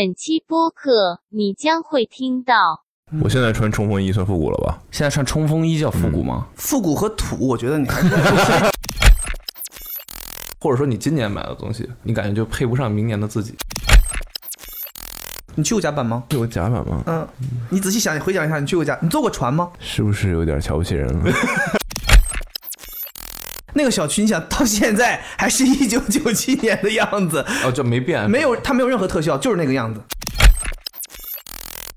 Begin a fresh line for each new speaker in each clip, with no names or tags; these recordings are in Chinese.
本期播客你将会听到。
嗯
我现在穿冲锋衣算复古了吧？
现在穿冲锋衣叫复古吗？
复古和土，我觉得你还是
或者说你今年买的东西，你感觉就配不上明年的自己。
你去过甲板吗？
有甲板吗？
嗯，你仔细想，你回想一下，你去过甲，你坐过船吗？
是不是有点瞧不起人 了？
那个小区，你想到现在还是一九九七年的样子，
哦，就没变，
没有它没有任何特效，就是那个样子。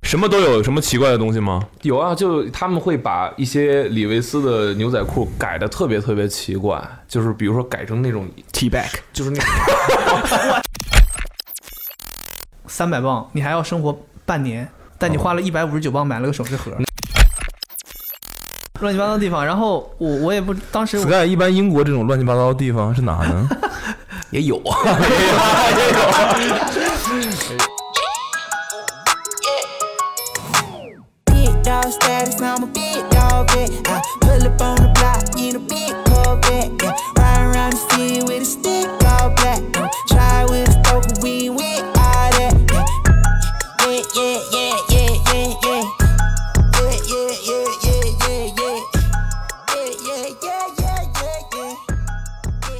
什么都有，有什么奇怪的东西吗？
有啊，就他们会把一些李维斯的牛仔裤改的特别特别奇怪，就是比如说改成那种
T back
就是那种
三百磅，你还要生活半年，但你花了一百五十九磅买了个首饰盒，乱七八糟的地方。然后我我也不，当时我
Sky，一般英国这种乱七八糟的地方是哪 呢？
也有啊。
Big dog status, I'm a big dog, bitch. I pull up on the block in a big Corvette. Yeah. Ride around the city with a stick all black. Uh, try with a stroke, but we ain't with all that. Yeah, yeah, yeah, yeah, yeah, yeah. Yeah, yeah, yeah, yeah, yeah, yeah. Yeah, yeah, yeah, yeah, yeah, yeah.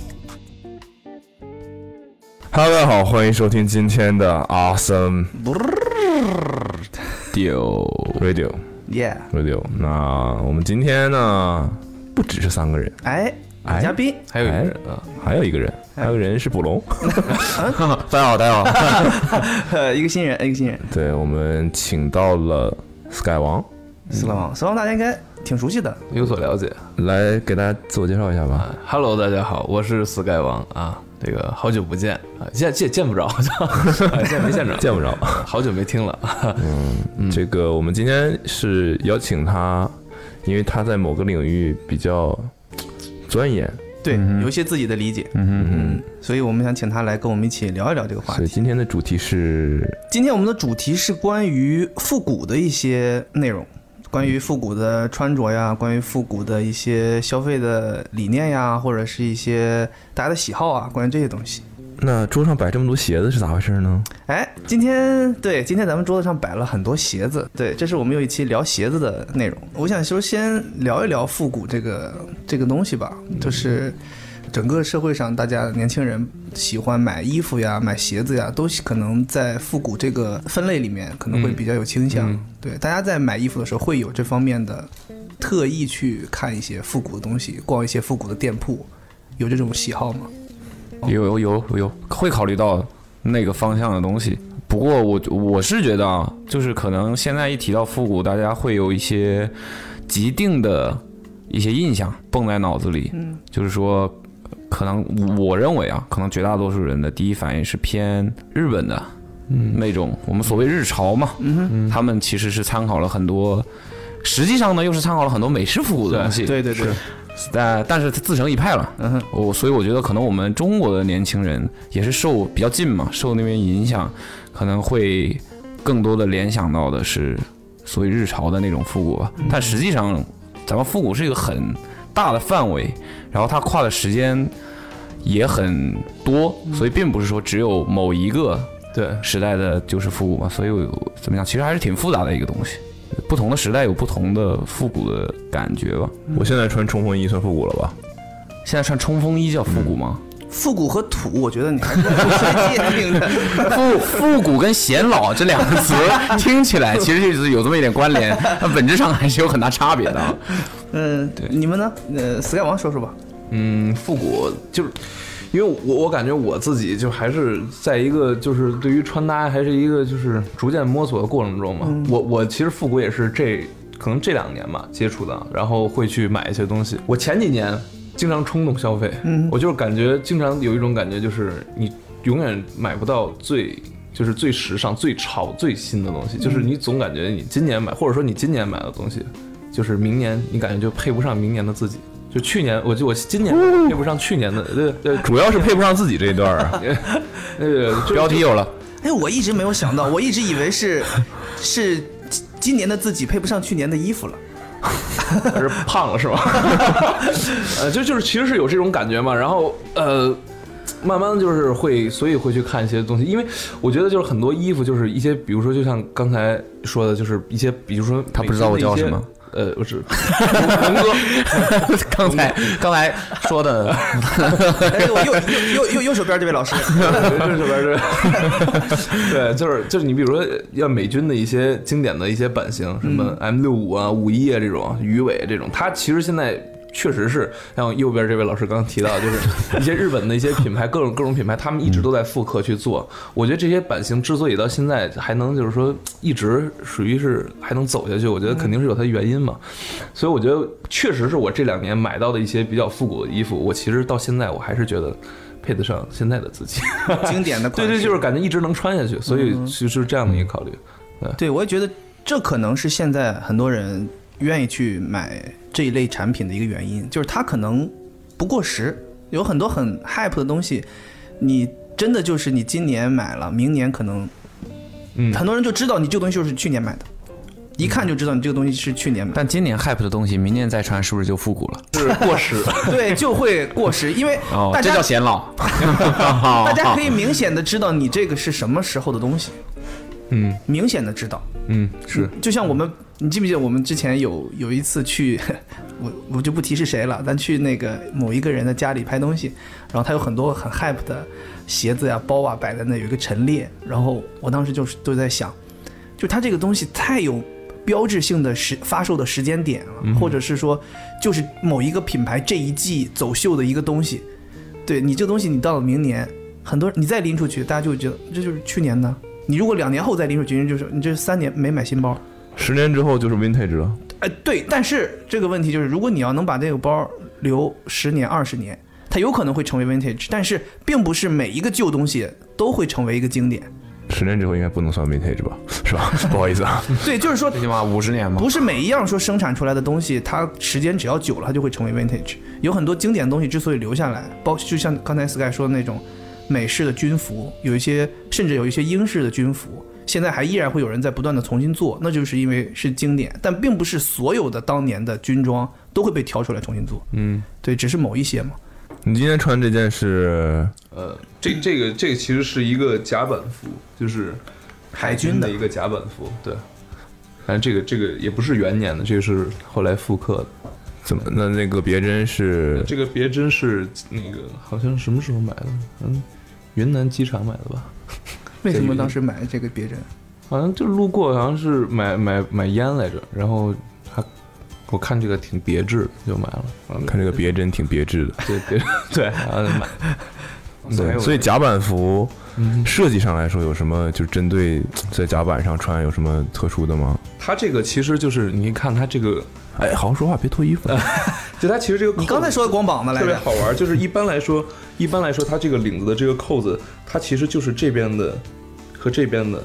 Yeah, yeah, yeah, yeah.
Hello，大家好，欢迎收听今天的 Awesome Radio Radio
，yeah，
Radio。那我们今天呢，不只是三个人，
哎，
哎
嘉宾，
还有一个人
哎
啊，
还有一个人，还有一个人是捕 龙。
大家好，大家好，
呃，一个新人，一个新人，
对我们请到了 Sky 王
嗯
死了王，死了王大家应该挺熟悉的，
有所了解。
来给大家自我介绍一下吧。
啊 Hello，大家好，我是 Sky 王啊，这个好久不见啊，见见见不着， 啊见没见着，
见不着，
好久没听了。
这个我们今天是邀请他，因为他在某个领域比较钻研，
对，有一些自己的理解，嗯嗯，所以我们想请他来跟我们一起聊一聊这个话
所以
题。
今天的主题是
今天我们的主题是关于复古的一些内容，关于复古的穿着呀，关于复古的一些消费的理念呀，或者是一些大家的喜好啊，关于这些东西。
那桌上摆这么多鞋子是咋回事呢？
哎，今天对，今天咱们桌子上摆了很多鞋子，对，这是我们有一期聊鞋子的内容。我想说先聊一聊复古这个这个东西吧，就是整个社会上大家年轻人喜欢买衣服呀、买鞋子呀，都是可能在复古这个分类里面可能会比较有倾向。对，大家在买衣服的时候会有这方面的特意去看一些复古的东西，逛一些复古的店铺，有这种喜好吗？
有有有有会考虑到那个方向的东西。不过我我是觉得啊，就是可能现在一提到复古，大家会有一些既定的一些印象蹦在脑子里，嗯、就是说，可能我认为啊，可能绝大多数人的第一反应是偏日本的。嗯，那种我们所谓日潮嘛，嗯、他们其实是参考了很多，实际上呢又是参考了很多美式复古的
啊
东西，
对对对，
但呃但是它自成一派了。
嗯哼，
我所以我觉得可能我们中国的年轻人也是受比较近嘛，受那边影响，可能会更多的联想到的是所谓日潮的那种复古吧。
嗯
但实际上，咱们复古是一个很大的范围，然后它跨的时间也很多，
嗯
所以并不是说只有某一个
对，
时代的就是复古嘛。所以我怎么讲，其实还是挺复杂的一个东西。不同的时代有不同的复古的感觉吧。
嗯
我现在穿冲锋衣算复古了吧？
现在穿冲锋衣叫复古吗？
复古和土，我觉得你还是有界定的。 嗯
复复古跟显老这两个词 听起来其实就是有这么一点 关联，但本质上还是有很大差别的。啊
嗯，对，你们呢？呃，Sky 王说说吧。
嗯，复古就是。因为我我感觉我自己就还是在一个就是对于穿搭还是一个就是逐渐摸索的过程中嘛，我我其实复古也是这可能这两年吧接触的，然后会去买一些东西。我前几年经常冲动消费，我就是感觉经常有一种感觉就是你永远买不到最。就是最时尚、最潮、最新的东西，就是你总感觉你今年买，或者说你今年买的东西，就是明年你感觉就配不上明年的自己。就去年，我就我今年配不上去年的，对对，
主要是配不上自己这一段啊。
那个
标题有了，
哎，我一直没有想到，我一直以为是 是今年的自己配不上去年的衣服了。
是 胖了是吧？呃，就就是其实是有这种感觉嘛。然后呃，慢慢就是会，所以会去看一些东西，因为我觉得就是很多衣服就是一些，比如说就像刚才说的，就是一些，比如说
他不知道我叫什
美
么
军的一些。呃，不是， 龙哥，
刚才
嗯
刚才说的，
哎，我右右右右右手边这位老师，
这这边是， 对，就是就是你比如说要美军的一些经典的一些版型，什么 M 六五啊、五一啊这种鱼尾这种，它其实现在。确实是，像右边这位老师刚刚提到，就是一些日本的一些品牌，各种各种品牌，他们一直都在复刻去做。我觉得这些版型之所以到现在还能就是说一直属于是还能走下去，我觉得肯定是有它的原因嘛。所以我觉得确实是我这两年买到的一些比较复古的衣服，我其实到现在我还是觉得配得上现在的自己。
经典的
对
款式，嗯
对，就是感觉一直能穿下去，所以就是这样的一个考虑。
对，我也觉得这可能是现在很多人愿意去买这一类产品的一个原因，就是它可能不过时，有很多很 hype 的东西，你真的就是你今年买了，明年可能
嗯，
很多人就知道你这个东西就是去年买的，一看就知道你这个东西是去年买的。
但今年 hype 的东西，明年再穿是不是就复古了？
是过时。
对，就会过时，因为
哦，
大
这
家、
叫显老。哦
大
哦
大
家可以明显的知道你这个是什么时候的东西，
嗯
明显的知道。
嗯，是
就像我们，你记不记得我们之前有有一次去， 我我就不提是谁了，咱去那个某一个人的家里拍东西，然后他有很多很 hype 的鞋子呀、包啊摆在那，有一个陈列，然后我当时就是都在想，就他这个东西太有标志性的时发售的时间点了，
嗯
或者是说就是某一个品牌这一季走秀的一个东西，对你这个东西你到了明年，很多你再拎出去，大家就会觉得这就是去年的。你如果两年后再拎出去，人就是你这三年没买新包，
十年之后就是 vintage 了。
哎，对，但是这个问题就是，如果你要能把这个包留十年、二十年，它有可能会成为 vintage，但是并不是每一个旧东西都会成为一个经典。
十年之后应该不能算 vintage 吧？是吧？ 不好意思啊，
对，就是说，
最起码五十年嘛。
不是每一样说生产出来的东西，它时间只要久了，它就会成为 vintage。有很多经典的东西之所以留下来，包就像刚才 Sky 说的那种美式的军服，有一些甚至有一些英式的军服，现在还依然会有人在不断的重新做，那就是因为是经典，但并不是所有的当年的军装都会被挑出来重新做。
嗯，
对，只是某一些嘛。
你今天穿这件是
呃，这这个这个其实是一个甲板服，就是
海军的
一个甲板服，对。反正这个这个也不是元年的，这个是后来复刻的。
怎么？那那个别针是
这个别针是那个好像什么时候买的？嗯，云南机场买的吧？
为什么当时买这个别针？
好像就路过，好像是买买买烟来着，然后还我看这个挺别致，就买了。嗯
看这个别针挺别致的，
对对对，然后就买。
对，所以甲板服设计上来说有什么？就是针对在甲板上穿有什么特殊的吗？
它这个其实就是你一看它这个，
哎，好好说话，别脱衣服。
就它其实这个扣
你刚才说的光膀子来
特别
着，
好玩，就是一般来说，一般来说它这个领子的这个扣子，它其实就是这边的和这边的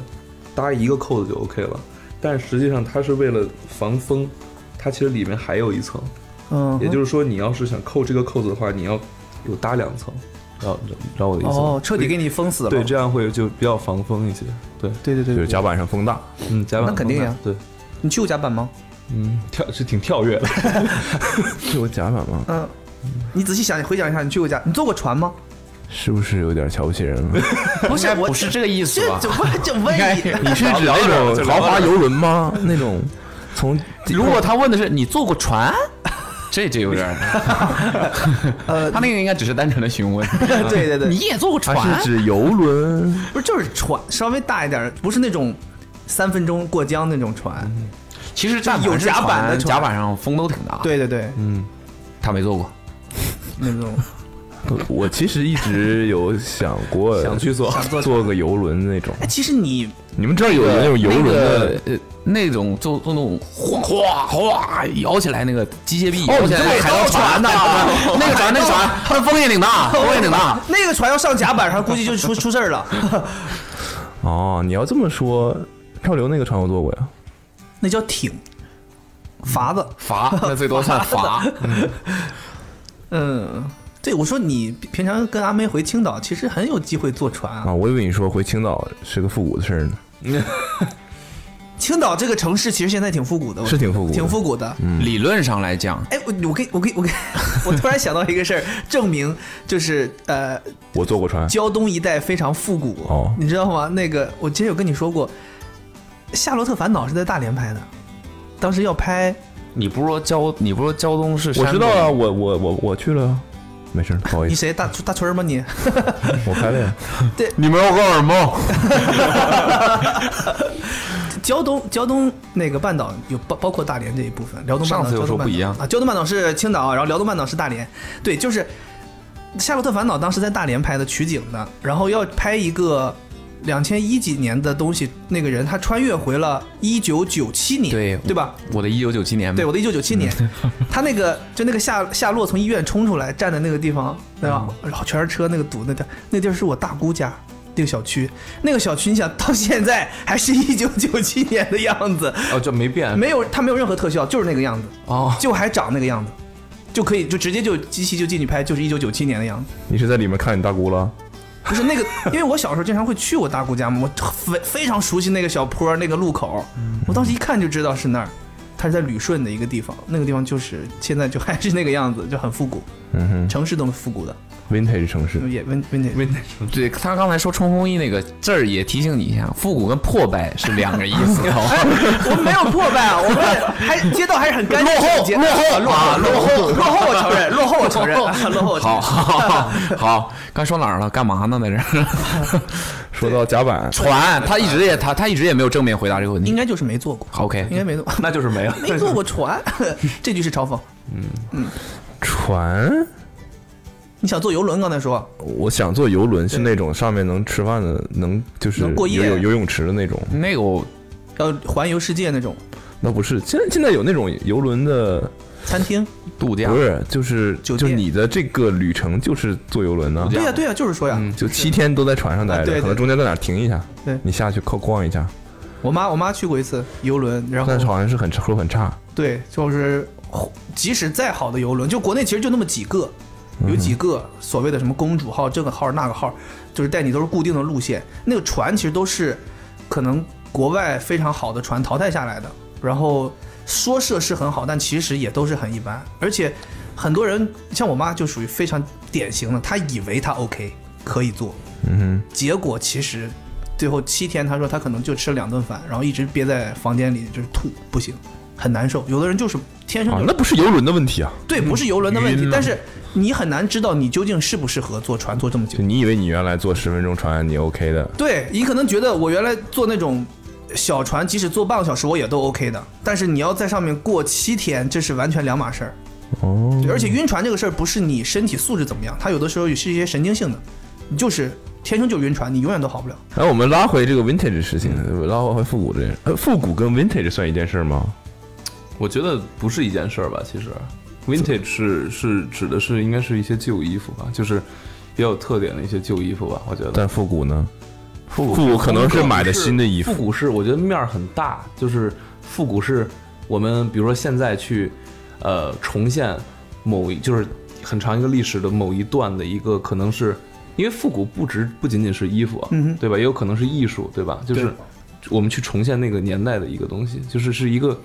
搭一个扣子就 OK 了，但实际上它是为了防风，它其实里面还有一层，
嗯，
也就是说你要是想扣这个扣子的话，你要有搭两层，然后知道我的意思吗？
哦，彻底给你封死了。
对，这样会就比较防风一些。对，
对对对
就是
对，
甲板上风大，
嗯，甲板
那肯定
风大
呀
对，
你去过甲板吗？
嗯，跳是挺跳跃的。
是有甲板吗？
嗯，你仔细想，回想一下，你去过甲，你坐过船吗？
是不是有点瞧不起人了？
不是，我
不是这个意思吧
这这我就问你，
你是指那种豪华游轮吗？那种从
如果他问的是你坐过船， 这就有点儿，
呃，
他那个应该只是单纯的询问。
对对
你
对，
也坐过
它
船
是？指游轮，
不是就是船，稍微大一点儿，不是那种三分钟过江那种船，
其实但凡
有
是
甲板的
船
船
甲板上风都挺大。，
对对对，
他没坐过。
那种
我其实一直有想过
想去坐
想坐
坐个游轮那种。
哎，其实你
你们这儿有那种游轮的？
那个呃那种就就那种哗哗哗摇起来那个机械臂
哦
摇起来
你坐过
海盗船呐， 那个船那个船，它的风也挺大，风也挺大。
那个船要上甲板上，估计就出出事儿了。
哦，你要这么说，漂流那个船我坐过呀。
那叫艇，筏子。
罚那最多算罚，
嗯，对，我说你平常跟阿妹回青岛，其实很有机会坐船啊
啊，。我以为你说回青岛是个复古的事儿呢。
青岛这个城市其实现在挺复古的，我嗯
是挺复古的
嗯
挺复古的。
理论上来讲，
哎，我我给我给我给， 我突然想到一个事儿，证明就是呃，
我坐过船，
胶东一带非常复古，
哦
你知道吗？那个我之前有跟你说过，《夏洛特烦恼》是在大连拍的，当时要拍，
你不是说胶，你不是说胶东是？
我知道啊，。我我我我去了，啊没事，不好意
你
思，
谁大大春儿吗你？
我开了呀。
你们要告什么？
胶东胶东那个半岛有包包括大连这一部分，辽东半岛
上次有
胶东
说
半岛
不一样
啊，胶东半岛是青岛，然后辽东半岛是大连，对，就是《夏洛特烦恼》当时在大连拍的取景的，然后要拍一个两千一几年的东西，那个人他穿越回了一九九七年，
对
对吧？
我的一九九七年，
对，我的一九九七年， 他那个就那个夏夏洛从医院冲出来，站在那个地方，对吧？然后全是车，那个堵那地儿，那地儿是我大姑家。那个小区，那个小区，你想到现在还是一九九七年的样子，
哦，就没变，
没有它没有任何特效，就是那个样子，
哦，
就还长那个样子，就可以就直接就机器就进去拍，就是一九九七年的样子。
你是在里面看你大姑了？
不是那个，因为我小时候经常会去我大姑家嘛，我非非常熟悉那个小坡儿那个路口，我当时一看就知道是那儿，它是在旅顺的一个地方，那个地方就是现在就还是那个样子，就很复古，
嗯哼
城市都是复古的，
，vintage 城市，
也温温温
对他刚才说冲锋衣那个字儿也提醒你一下，复古跟破败是两个意思，好吗？
哎我们没有破败啊，我们还街道还是很干净整洁，
落后落后
落后落后我承认，落后我承认，啊落后我承
好
认。
好好，刚说哪儿了？干嘛呢？在这儿
说到甲板，
船，他一直也他他一直也没有正面回答这个问
应
题。
该就是没做过，
OK，
应该没做，
那就是没了。
没坐过船， 这句是嘲讽。
船，
你想坐游轮？刚才说
我想坐游轮，是那种上面能吃饭的，能就是
能过夜
有有游泳池的那种。
那个我
要环游世界那种
那不是，现在现在有那种游轮的，
餐厅，
度假
不是，就是
啊酒
就
店
是你的这个旅程就是坐游轮呢，
对呀对呀，就是说呀，
就七天都在船上待
啊对
着，可能
对
中间在哪儿停一下
对，哦
你下去靠逛一下，
我妈我妈去过一次游轮，然
但是
后
好像是很说很差。啊
对，就是即使再好的游轮，就国内其实就那么几个，
嗯
有几个所谓的什么公主号、这个号、那个号，就是带你都是固定的路线。那个船其实都是可能国外非常好的船淘汰下来的，然后说设施很好，但其实也都是很一般。而且很多人像我妈就属于非常典型的，她以为她 OK 可以做，
嗯
结果其实最后七天，他说他可能就吃了两顿饭，然后一直憋在房间里就是吐，不行，很难受。有的人就是天
哼，
生
啊
就、，
那不是游轮的问题啊，
对，不是游轮的问
晕
题
了，
但是你很难知道你究竟适不适合坐船坐这么久
就。你以为你原来坐十分钟船你 OK 的，
对你可能觉得我原来坐那种小船，即使坐半个小时我也都 OK 的，但是你要在上面过七天，这是完全两码事儿。
哦，
嗯
对，而且晕船这个事儿不是你身体素质怎么样，它有的时候也是一些神经性的，你就是天生就晕船，你永远都好不了。
然后我们拉回这个 vintage 事情，拉回复古这件事，呃复古跟 vintage 算一件事吗？
我觉得不是一件事儿吧，其实，vintage 是是指的是应该是一些旧衣服吧，就是比较有特点的一些旧衣服吧，我觉得。
但复古呢？
复
复古可能是买的新的衣服
复古是我觉得面儿很大，就是复古是我们比如说现在去呃重现某一就是很长一个历史的某一段的一个可能是因为复古不只不仅仅是衣服，
嗯哼
对吧？也有可能是艺术，对吧？就是
对
我们去重现那个年代的一个东西，就是是一个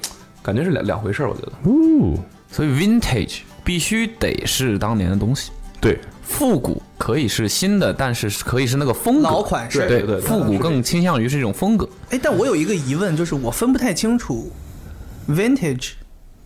感觉是两两回事儿，我觉得。
哦，
所以 vintage 必须得是当年的东西，
对，
复古可以是新的，但是可以是那个风格。
老款式
嗯对
对对对
复古更倾向于是一种风格。
哎，但我有一个疑问，就是我分不太清楚 “vintage”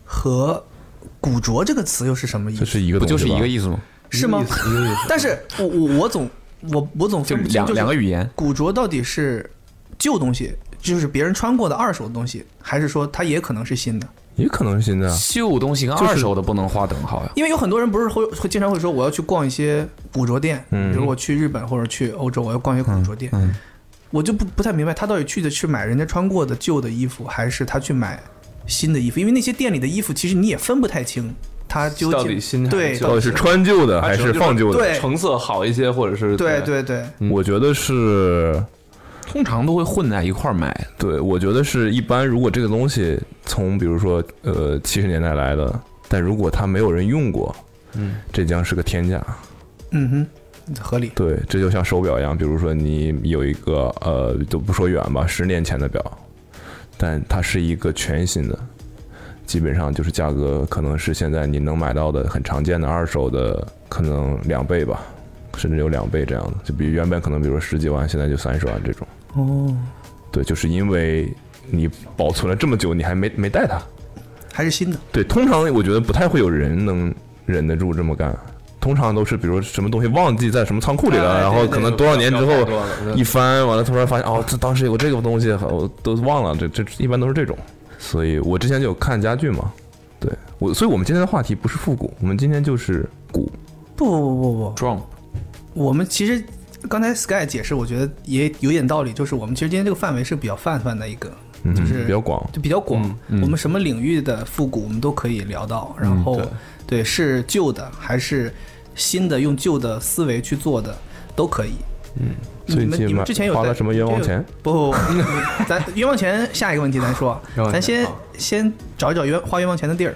和“古着”这个词又是什么意
这
思？
是一个
不
东西
就是一
吧
个意思吗？
是吗
一个意思一个意思
但是我我我总我我总
就
分不清，
两
就是
两个语言
古着到底是旧东西，就是别人穿过的二手东西，还是说它也可能是新的？
也可能是新的啊。
旧东西跟
就是
二手的不能划等号呀。
因为有很多人不是会会经常会说我要去逛一些古着店，比如我去日本或者去欧洲，我要逛一些古着店，我就不不太明白他到底去的是买人家穿过的旧的衣服，还是他去买新的衣服？因为那些店里的衣服其实你也分不太清，他究竟
到底新还是
对
旧
到哦底是啊穿旧的还是放旧的？嗯
对
成色好一些，或者是
对对对，
我觉得是，
通常都会混在一块儿买，
对，我觉得是一般。如果这个东西从比如说呃七十年代来的，但如果它没有人用过，嗯，这将是个天价。
嗯哼，合理。
对，这就像手表一样，比如说你有一个呃，就不说远吧，十年前的表，但它是一个全新的，基本上就是价格可能是现在你能买到的很常见的二手的可能两倍吧，甚至有两倍这样的，就比原本可能比如说十几万，现在就三十万这种。
哦，
对，就是因为你保存了这么久，你还没没带它。
还是新的，
对，通常我觉得不太会有人能忍得住这么干，通常都是比如说什么东西忘记在什么仓库里了，
哎
然后可能多少年之
对
后
对对
嗯
一翻，完了突然发现哦，这当时有这个东西，我都忘了，这这一般都是这种。所以我之前就有看家具嘛，对我，所以我们今天的话题不是复古，我们今天就是古，
不不不不不，
撞
我们其实刚才 Sky 解释，我觉得也有点道理，就是我们其实今天这个范围是比较泛泛的一个，
嗯
就
哼，
是
比较广。嗯
就比较广，我们什么领域的复古我们都可以聊到。然后，对，是旧的还是新的，用旧的思维去做的都可以。嗯，
所
你
以
们
去
你
买
们之前有
花
在
了什么冤枉钱？
不不不，你 咱冤枉钱下一个问题咱说
冤枉，钱
咱先
好
先找一找冤花冤枉钱的地儿。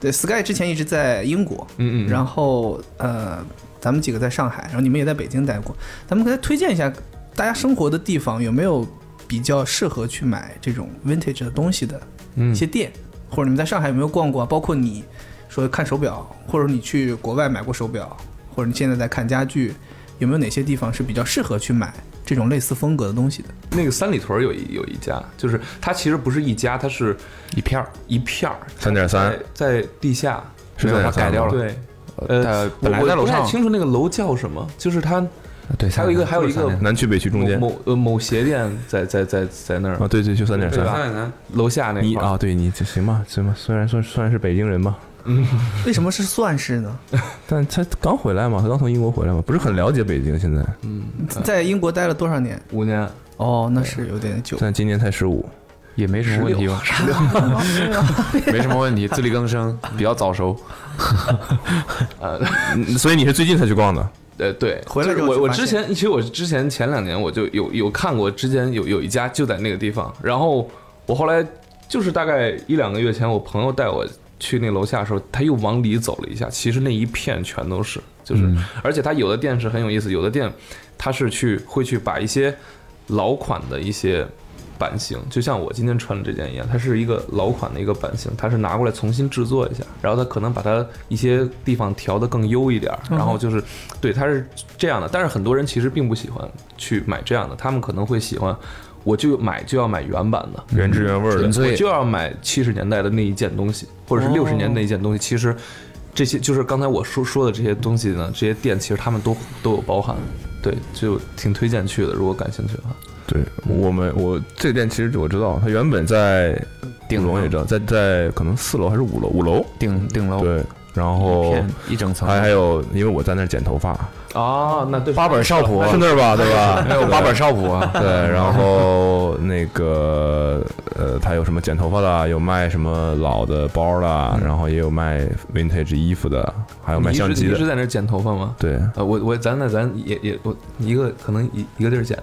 对，Sky 之前一直在英国，
嗯嗯嗯
然后呃，咱们几个在上海，然后你们也在北京待过，咱们给他推荐一下，大家生活的地方有没有比较适合去买这种 vintage 的东西的
嗯
一些店，或者你们在上海有没有逛过啊？包括你说看手表，或者你去国外买过手表，或者你现在在看家具，有没有哪些地方是比较适合去买这种类似风格的东西的？
那个三里屯儿有一有一家，就是它其实不是一家，它是
一片儿，
一片儿，
3.3
在在地下，
是
没有它
3.3
改掉了。
对，呃
它，本来在
我
楼
我不太
上，
清楚那个楼叫什么，就是它
对，
还
嗯
有一个还有一个
3.3
南区北区中间
某某呃某鞋店在在在在那儿
啊，对对，就三点
对吧
三。
楼下那
你
块儿
啊，对你这行吧，行吧，虽然算虽然是北京人吧，
为什么是算是呢？
但他刚回来嘛，他刚从英国回来嘛，不是很了解北京现在，
在英国待了多少年？
五年
哦，那是有点久。
但今年才十五，
也没什么问题吧？没什么问题，自力更生，比较早熟。
嗯所以你是最近才去逛的，
呃，对，
回来
就是
之后
我我
就发
之
现
前其实我之前前两年我就有有看过，之前有有一家就在那个地方，然后我后来就是大概一两个月前，我朋友带我去那楼下的时候，他又往里走了一下，其实那一片全都是，就是、
嗯
而且他有的店是很有意思，有的店他是去会去把一些老款的一些。版型就像我今天穿的这件一样，它是一个老款的一个版型，它是拿过来重新制作一下，然后它可能把它一些地方调得更优一点儿，然后就是对，它是这样的。但是很多人其实并不喜欢去买这样的，他们可能会喜欢，我就买就要买原版的，
原汁原味
嗯纯
的。
我
粹
就要买七十年代的那一件东西，或者是六十年代那一件东西。其实这些就是刚才我说说的这些东西呢，这些店其实他们都都有包含，对，就挺推荐去的，如果感兴趣的话。
对我们，我这个店其实我知道，它原本在
顶
五楼
楼
也知道，在在可能四楼还是五楼，五楼
顶顶楼，
对，然后
片一整层，
还还有，因为我在那儿剪头发，
啊，那对
哎八本少普啊
是，那儿吧，对吧？
还有八本少普啊，
对，然后那个呃，他有什么剪头发的，有卖什么老的包的，啊然后也有卖 vintage 衣服的，还有卖
你一
相
直
机
你一直
的。
在那儿剪头发吗？
对
呃，我我咱那咱也也我一个可能一一个地儿剪，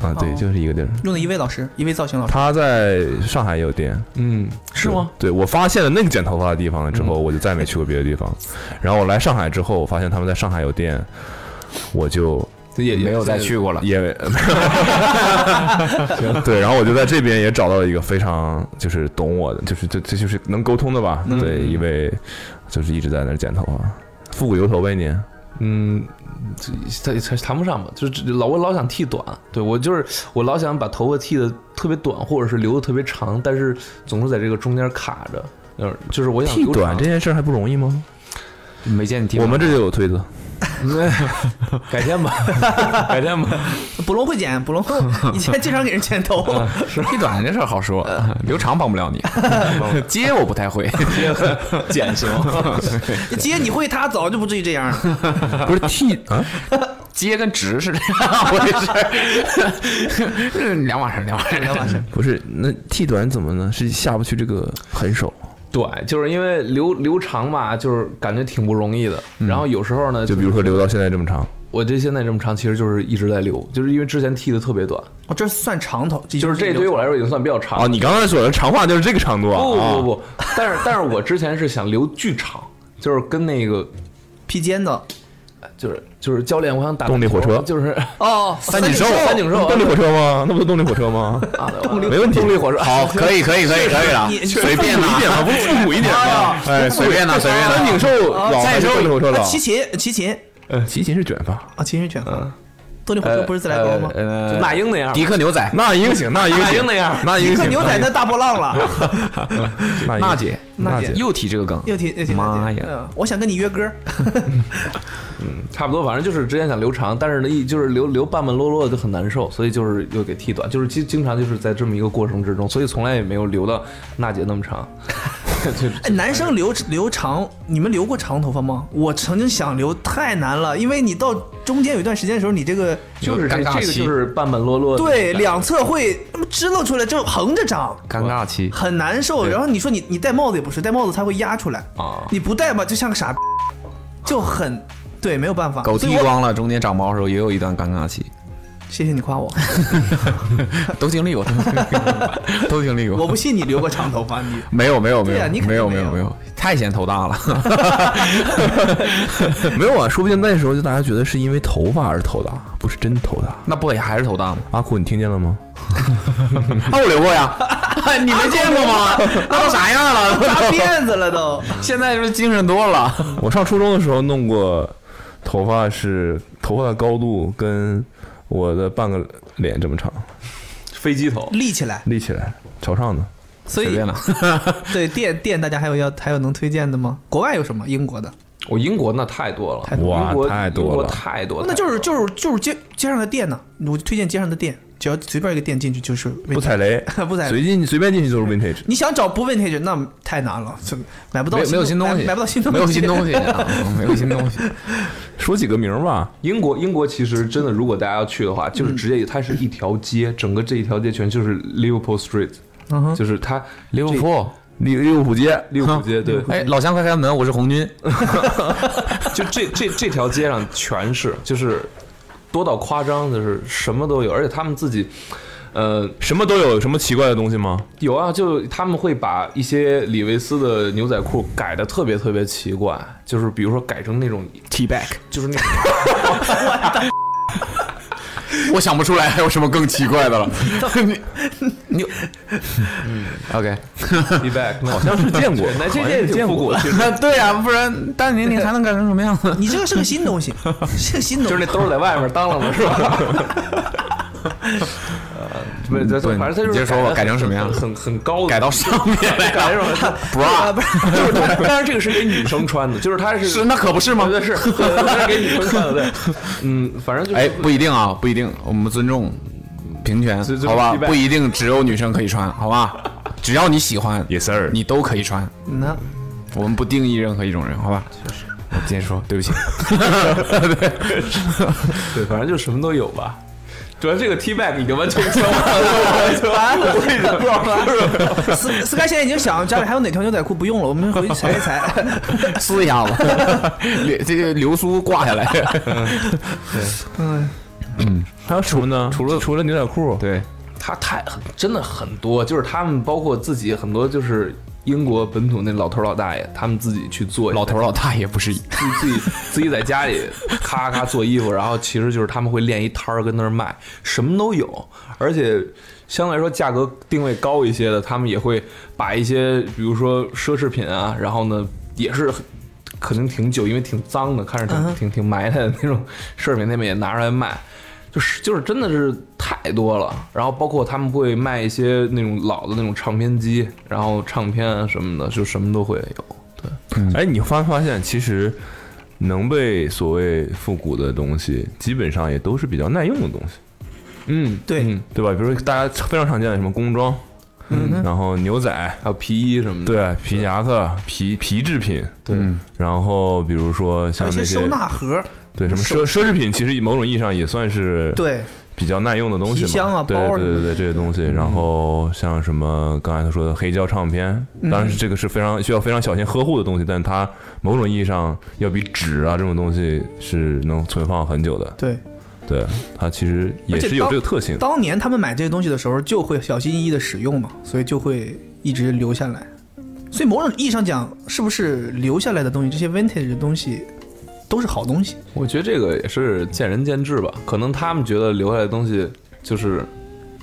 啊，对，就是一个地儿。
用的一位老师，一位造型老师。
他在上海也有店，
嗯，是吗？
对我发现了那个剪头发的地方了之后，我就再没去过别的地方。然后我来上海之后，我发现他们在上海有店，我就
也也
没有再去过了。
也对，然后我就在这边也找到了一个非常就是懂我的，就是这这就是能沟通的吧？对，一位就是一直在那儿剪头发，复古油头呗你。
嗯，这这谈不上吧，就是老我老想剃短，对我就是我老想把头发剃的特别短，或者是留的特别长，但是总是在这个中间卡着，嗯，就是我想
剃
留
短
长
这件事儿还不容易吗？
没见你剃过，
我 们这就有推子，
改 天吧，改天吧，
卜龙会剪，卜龙以前经常给人剪头。
剃短这事儿好 说，留长帮不了 你， 接我不太会，
剪行。
姐，你会他早就不至于这样了。
不是剃啊？
接跟直是两回事儿， 是两码事儿，两码事儿，两码事儿。
不是，那剃短怎么呢？是下不去这个狠手，
对，就是因为留留长吧，就是感觉挺不容易的。然后有时候呢，
嗯就比如说留到现在这么长，
我这现在这么长，其实就是一直在留，就是因为之前剃的特别短，
哦，这算长头，就
就是这对于我来说已经算比较长了
哦，。你刚才说的长发就是这个长度啊？
不
啊
不不，但是但是我之前是想留巨长，就是跟那个
披肩的
就是就是教练，我想打
动力火车
就是
哦，
三井寿，三井寿，
动力火车吗？那不是动力火车吗？没问题，
动力火车。
好，可以，可以，可以，可以了，随便拿，
不复古一点吗？
哎，随便 拿，随便
三井
拿。
寿老还是动力火车呃
啊
老？
齐秦，齐秦
齐秦是卷发，
啊，齐秦拳，动力火车不是自来国吗？
呃
就那英那样，
迪克牛仔，
那英行，那英
那英
行
那，样，
那英
一个
行，
牛仔那大波浪了，
那
娜
英
姐，
那
姐
又提这个 梗，
又提又提，
妈呀
嗯！我想跟你约歌，
差不多，反正就是之前想留长，但是呢，一就是留留半半落落就很难受，所以就是又给剃短，就是经经常就是在这么一个过程之中，所以从来也没有留到娜姐那么长。就
哎，男生留留长，你们留过长头发吗？我曾经想留，太难了，因为你到中间有一段时间的时候，你这个
就是这
尴
这
尬
个
期
就是半半落落的感觉。
对两侧会那么支棱出来，就横着长，
尴尬 期
很难受。然后你说你你戴帽子也不是，戴帽子它会压出来
啊
你不戴吧就像个傻逼，就很对，没有办法。
狗
所以
剃
我，
光了，中间长毛的时候也有一段尴尬期，
谢谢你夸我，
都经 历过，都经历过。
我不信你留过长头发，你
没有没有没
对
有
呀你肯定
没有
没有
有没有，太嫌头大了。
没有啊，说不定那时候就大家觉得是因为头发而头大，不是真头大。
那不也还是头大吗？
阿酷，你听见了吗？
啊，我留过呀， 你没见过 吗？那都啥样
啊扎
了？
辫子了都。
现在是精神多了。
我上初中的时候弄过头发是，头发的高度跟我的半个脸这么长，
飞机头，
立起来，
立起来，朝上的。
所
随
以
便了，
对店店大家还有要还有能推荐的吗？国外有什么？英国的，
我英国那太多了，
太
多了
英国
哇太多了
英国太多了，
哦那
太多
就是
了
就是就是街街上的店呢，我就推荐街上的店，只要随便一个店进去就是
不踩雷
不踩雷
随进随便进去就是 vintage。
你想找不 vintage 那太难了，这个买不到
没有没有新东西，
买买不到新东西，
没有新东西 啊，没有新东西。
说几个名儿吧，
英国，英国其实真的，如果大家要去的话，就是直接它是一条 街，整个这一条街全就是 Liverpool Street，、就是它
利物浦，
利利物浦街，
利物浦街，对，
哎，老乡快开门，我是红 军。
就这这这条街上全是，就是多到夸张，就是什么都有，而且他们自己，呃，
什么都有，有什么奇怪的东西吗？
有啊，就他们会把一些李维斯的牛仔裤改的特别特别奇怪，就是比如说改成那种
T back，
就是那种
我想不出来还有什么更奇怪的 了。
嗯 OK，
t back，好像是见 过，那这这也挺复古的，其实
对呀，不然大年龄还能改成什么样子？
你这个是个新东西，是个新
就
东
是
西
那。兜儿在外面当啷了是 吧？呃，不是，这
对
反正他就是
你接着说吧改成什么样
很很很高的，
改到上面 来
改
了。
成什么
啊
bra，就是他，当然这个是给女生穿的，就是他是
是那可不是吗？
对是，对他是给女生穿的，对，嗯，反正就是
哎，不一定啊，不一定，我们尊重平权
尊，重
好吧？
feedback
不一定只有女生可以穿，好吧？只要你喜欢
Yes, sir
你都可以穿。
那
我们不定义任何一种人，好吧？我接着说，对不起，
对，反正就什么都有吧。主要这个 T back 已经完全敲完了，完了，为什么？
斯斯开现在已经想家里还有哪条牛仔裤不用了，我们回去裁一 裁。
撕一下 子，流这个流苏挂下来。
嗯，
还有什么呢？除了除了牛仔裤，
对，
他太很真的很多，就是他们包括自己很多就是英国本土那老头老大爷，他们自己去做
老头老大爷不是
自己自 己自己在家里咔咔做衣服，然后其实就是他们会练一摊儿跟那儿卖，什么都有，而且相对来说价格定位高一些的，他们也会把一些比如说奢侈品啊，然后呢也是很可能挺久，因为挺脏的，看着挺挺挺埋汰的那种奢侈品，他们也拿出来卖。就是就是真的是太多了，然后包括他们会卖一些那种老的那种唱片机，然后唱片啊什么的，就什么都会有。
哎，你发没发现其实能被所谓复古的东西，基本上也都是比较耐用的东西，
嗯，
对
嗯，
对吧？比如说大家非常常见的什么工装，嗯，然后牛仔，
还有皮衣什么的。
对，皮夹克、皮皮制品，对，然后比如说像
嗯有
那
些
些
收纳盒，
对什么奢奢侈品，其实某种意义上也算是
对，
比较耐用的东西嘛，
皮箱啊
对
包啊
对对对这些东西。然后像什么刚才他说的黑胶唱片，
嗯
当然是这个是非常需要非常小心呵护的东西，但它某种意义上要比纸啊这种东西是能存放很久的，
对。
对，它其实也是有这个特性。
当年他们买这些东西的时候，就会小心翼翼的使用嘛，所以就会一直留下来。所以某种意义上讲，是不是留下来的东西，这些 vintage 的东西，都是好东西。
我觉得这个也是见仁见智吧，可能他们觉得留下来的东西就是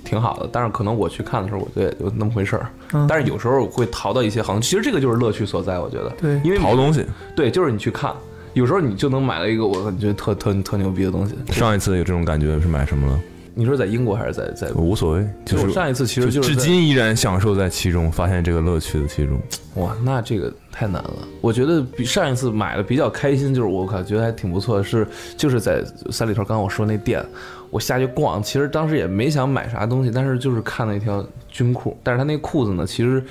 挺好的，但是可能我去看的时候，我觉得也就那么回事儿。
嗯
但是有时候我会淘到一些好东西，其实这个就是乐趣所在，我觉得。
对
因为你
淘东西。
对，就是你去看，有时候你就能买了一个我感觉特特特牛逼的东西。
上一次有这种感觉是买什么了？
你说在英国还是在在？
我无所谓，就
我
是
上一次其实就是
至
在
今依然享受在其中，发现这个乐趣的其中。
哇，那这个太难了。我觉得比上一次买的比较开心，就是我靠，觉得还挺不错的，是就是在三里屯，刚刚我说那店，我下去逛，其实当时也没想买啥东西，但是就是看了一条军裤，但是他那裤子呢，其实。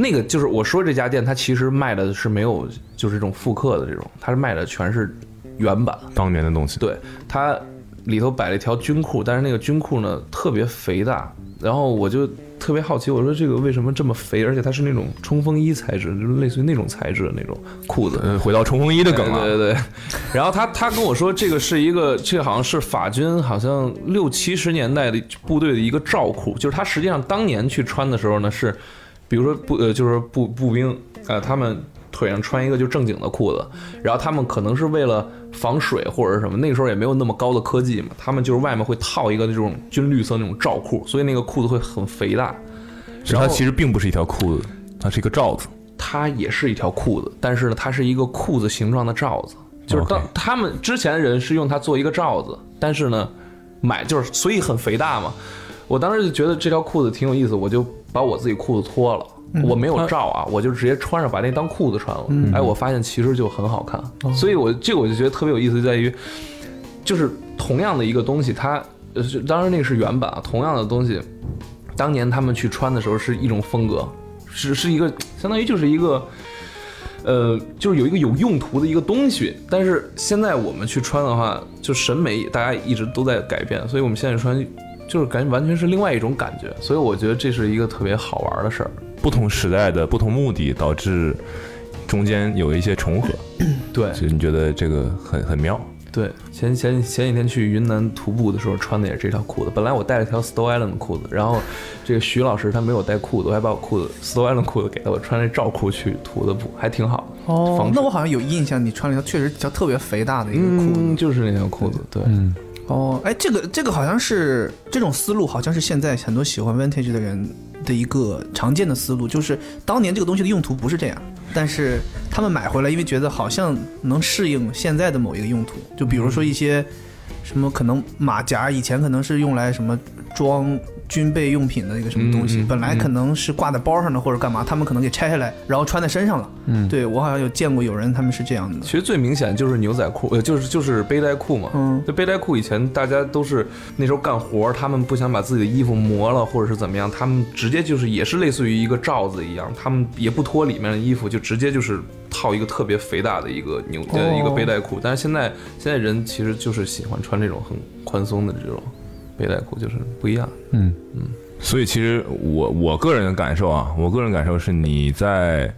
那个就是我说这家店，它其实卖的是没有，就是这种复刻的这种，它是卖的全是原版，
当年的东西，
对，它里头摆了一条军裤，但是那个军裤呢特别肥大，然后我就特别好奇，我说这个为什么这么肥？而且它是那种冲锋衣材质，就是类似于那种材质的那种裤子。
呃，回到冲锋衣的梗
对
了。
对 对，然后他他跟我说，这个是一个，这个好像是法军，好像六七十年代的部队的一个罩裤，就是他实际上当年去穿的时候呢，是，比如说步呃就是步步兵呃他们腿上穿一个就正经的裤子，然后他们可能是为了防水或者是什么，那个时候也没有那么高的科技嘛，他们就是外面会套一个这种军绿色那种罩裤，所以那个裤子会很肥大，
是它其实并不是一条裤子，它是一个罩子。
它也是一条裤子，但是呢，它是一个裤子形状的罩子，就是当
OK
他们之前人是用它做一个罩子，但是呢，买就是所以很肥大嘛。我当时就觉得这条裤子挺有意思，我就把我自己裤子脱了。我没有罩啊，我就直接穿上，把那当裤子穿了。哎，我发现其实就很好看，所以我这个我就觉得特别有意思，在于就是同样的一个东西，它呃，是当然那个是原版啊，同样的东西，当年他们去穿的时候是一种风格，是是一个相当于就是一个，呃，就是有一个有用途的一个东西。但是现在我们去穿的话，就审美大家一直都在改变，所以我们现在穿就是感觉完全是另外一种感觉。所以我觉得这是一个特别好玩的事儿。
不同时代的不同目的导致中间有一些重合，
对
所以你觉得这个很很妙。
对，前前前几天去云南徒步的时候穿的也是这条裤子。本来我带了条 Stow Island 的裤子，然后这个徐老师他没有带裤子，我还把我裤子 Stow Island 裤子给他，我穿着罩裤去徒的步，还挺好的。防
哦那
水
我好像有印象，你穿了一条确实条特别肥大哦的一个裤子。
嗯，就是那条裤子，对，嗯，
哦，哎，这个这个好像是这种思路，好像是现在很多喜欢 vintage 的人的一个常见的思路，就是当年这个东西的用途不是这样，但是他们买回来，因为觉得好像能适应现在的某一个用途，就比如说一些什么可能马甲，以前可能是用来什么装。军备用品的一个什么东西，
嗯嗯
本来可能是挂在包上的或者干嘛，他们可能给拆下来，然后穿在身上了。嗯，对我好像有见过有人他们是这样的
其。实最明显就是牛仔裤，呃，就是就是背带裤嘛。
嗯
这背带裤以前大家都是那时候干活，他们不想把自己的衣服磨了，或者是怎么样，他们直接就是也是类似于一个罩子一样，他们也不脱里面的衣服，就直接就是套一个特别肥大的一个牛呃一个背带裤。但是现在现在人其实就是喜欢穿这种很宽松的这种背带裤，就是不一样。
所以其实我我个人的感受啊，我个人感受是你在，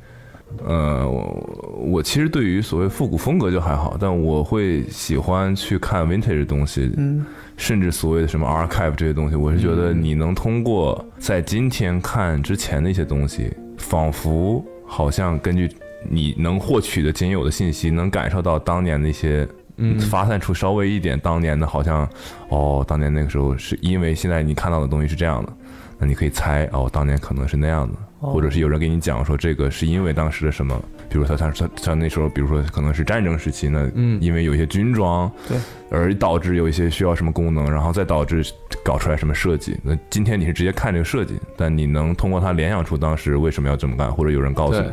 呃，我我其实对于所谓复古风格就还好，但我会喜欢去看 vintage 的东西，
嗯，
甚至所谓的什么 archive 这些东西，我是觉得你能通过在今天看之前的一些东西，仿佛好像根据你能获取的仅有的信息，能感受到当年的一些。嗯，发散出稍微一点当年的，好像哦，当年那个时候是因为现在你看到的东西是这样的，那你可以猜哦，当年可能是那样的，或者是有人给你讲说这个是因为当时的什么，比如说像像像那时候，比如说可能是战争时期，那
嗯
因为有一些军装，
对，
而导致有一些需要什么功能，然后再导致搞出来什么设计。那今天你是直接看这个设计，但你能通过它联想出当时为什么要这么干，或者有人告诉你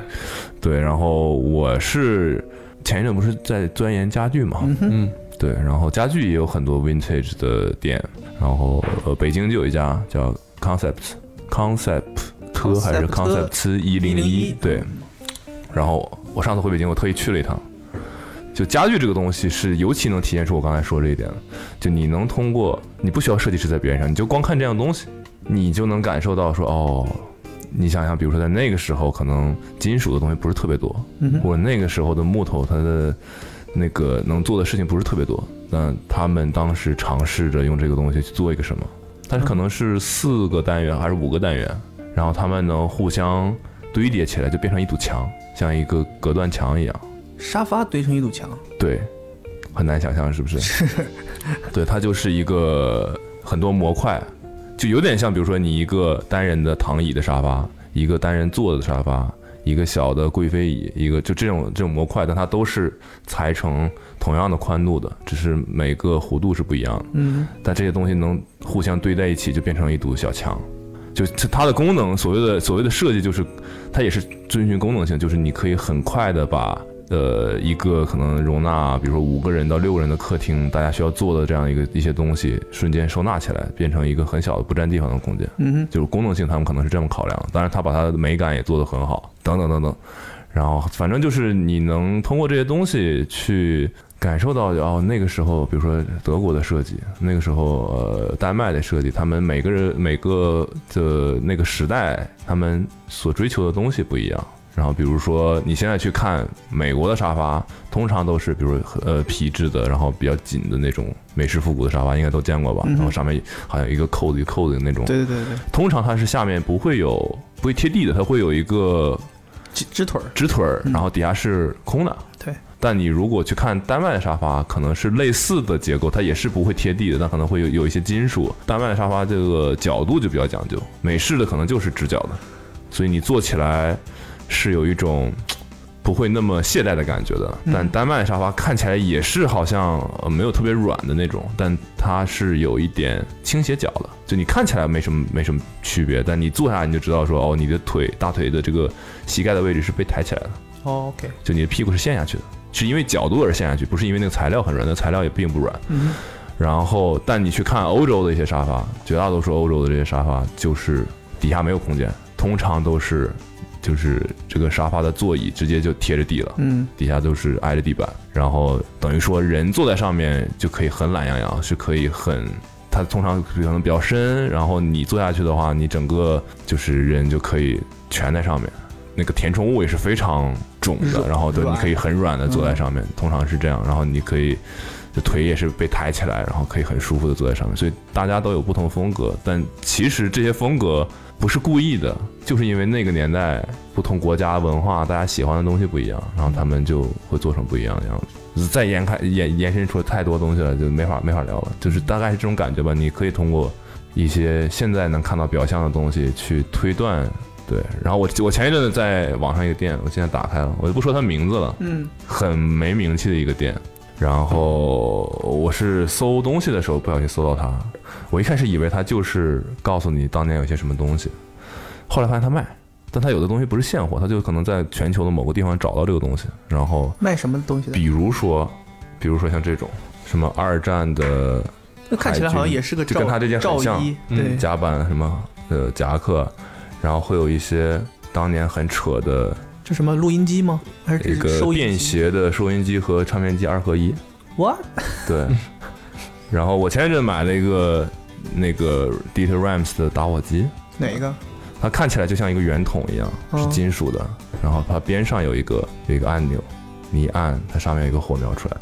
对，
对。然后我是前一阵不是在钻研家具嘛，
嗯，
对，然后家具也有很多 vintage 的店，然后呃，北京就有一家叫 Concept Concept 科还是
Concept
Concept 一零一
101
对，然后我上次回北京，我特意去了一趟。就家具这个东西是尤其能体现出我刚才说这一点的，就你能通过你不需要设计师在边上，你就光看这样东西，你就能感受到说哦，你想想，比如说在那个时候，可能金属的东西不是特别多，
嗯
或者那个时候的木头它的那个能做的事情不是特别多，那他们当时尝试着用这个东西去做一个什么，但是可能是四个单元还是五个单元，然后他们能互相堆叠起来，就变成一堵墙，像一个隔断墙一样。
沙发堆成一堵墙。
对，很难想象是不是？对，它就是一个很多模块，就有点像，比如说你一个单人的躺椅的沙发，一个单人坐的沙发，一个小的贵妃椅，一个就这种这种模块，但它都是裁成同样的宽度的，只是每个弧度是不一样的。
嗯，
但这些东西能互相堆在一起，就变成一堵小墙。就它的功能，所谓的所谓的设计，就是它也是遵循功能性，就是你可以很快的把呃一个可能容纳，比如说五个人到六个人的客厅，大家需要做的这样一个一些东西，瞬间收纳起来，变成一个很小的不占地方的空间。
嗯哼，
就是功能性，他们可能是这么考量。当然，他把它的美感也做得很好，等等等等。然后，反正就是你能通过这些东西去感受到，哦，那个时候，比如说德国的设计，那个时候呃丹麦的设计，他们每个人每个的那个时代，他们所追求的东西不一样。然后，比如说你现在去看美国的沙发，通常都是比如呃皮质的，然后比较紧的那种美式复古的沙发，应该都见过吧？
嗯哼
然后上面好像一个扣子一个扣子的那种，
对对对对，
通常它是下面不会有不会贴地的，它会有一个
鸡鸡腿儿，
直腿儿，
嗯
然后底下是空的。
对。
但你如果去看丹麦的沙发，可能是类似的结构，它也是不会贴地的，但可能会有有一些金属。丹麦的沙发这个角度就比较讲究，美式的可能就是直角的，所以你坐起来是有一种嘖不会那么懈怠的感觉的。
嗯
但丹麦沙发看起来也是好像、呃没有特别软的那种，但它是有一点倾斜角的，就你看起来没什么没什么区别，但你坐下来你就知道说哦，你的腿大腿的这个膝盖的位置是被抬起来的。
哦，OK，
就你的屁股是陷下去的，是因为角度而陷下去，不是因为那个材料很软，那材料也并不软。
嗯
然后，但你去看欧洲的一些沙发，绝大多数欧洲的这些沙发就是底下没有空间，通常都是就是这个沙发的座椅直接就贴着地了。
嗯
底下都是挨着地板，然后等于说人坐在上面就可以很懒洋洋，是可以很。它通常可能比较深，然后你坐下去的话，你整个就是人就可以蜷在上面。那个填充物也是非常肿的，
嗯
然后对，
软
你可以很软的坐在上面，通常是这样。然后你可以就腿也是被抬起来，然后可以很舒服的坐在上面。所以大家都有不同风格，但其实这些风格不是故意的，就是因为那个年代不同国家文化，大家喜欢的东西不一样，然后他们就会做成不一样的样子。再延开延延伸出太多东西了，就没法没法聊了。就是大概是这种感觉吧。你可以通过一些现在能看到表象的东西去推断。对，然后我我前一阵子在网上一个店，我现在打开了，我就不说它名字了，
嗯
很没名气的一个店。然后我是搜东西的时候不小心搜到它，我一开始以为它就是告诉你当年有些什么东西，后来发现它卖，但它有的东西不是现货，它就可能在全球的某个地方找到这个东西，然后
卖什么东西的？
比如说，比如说像这种什么二战的
那看起来好像也是个
就
罩
跟他这件很
罩
像
衣，
嗯
对，
甲板什么呃夹克，然后会有一些当年很扯的
这什么录音机吗？还
一
是这是
个
收音
便
机
携的收音机和唱片机二合一。
？What？
对，然后我前一阵买了一个那个 Dieter Rams 的打火机，
哪个？
它看起来就像一个圆筒一样，
哦
是金属的，然后它边上有一个有一个按钮，你一按，它上面有一个火苗出来，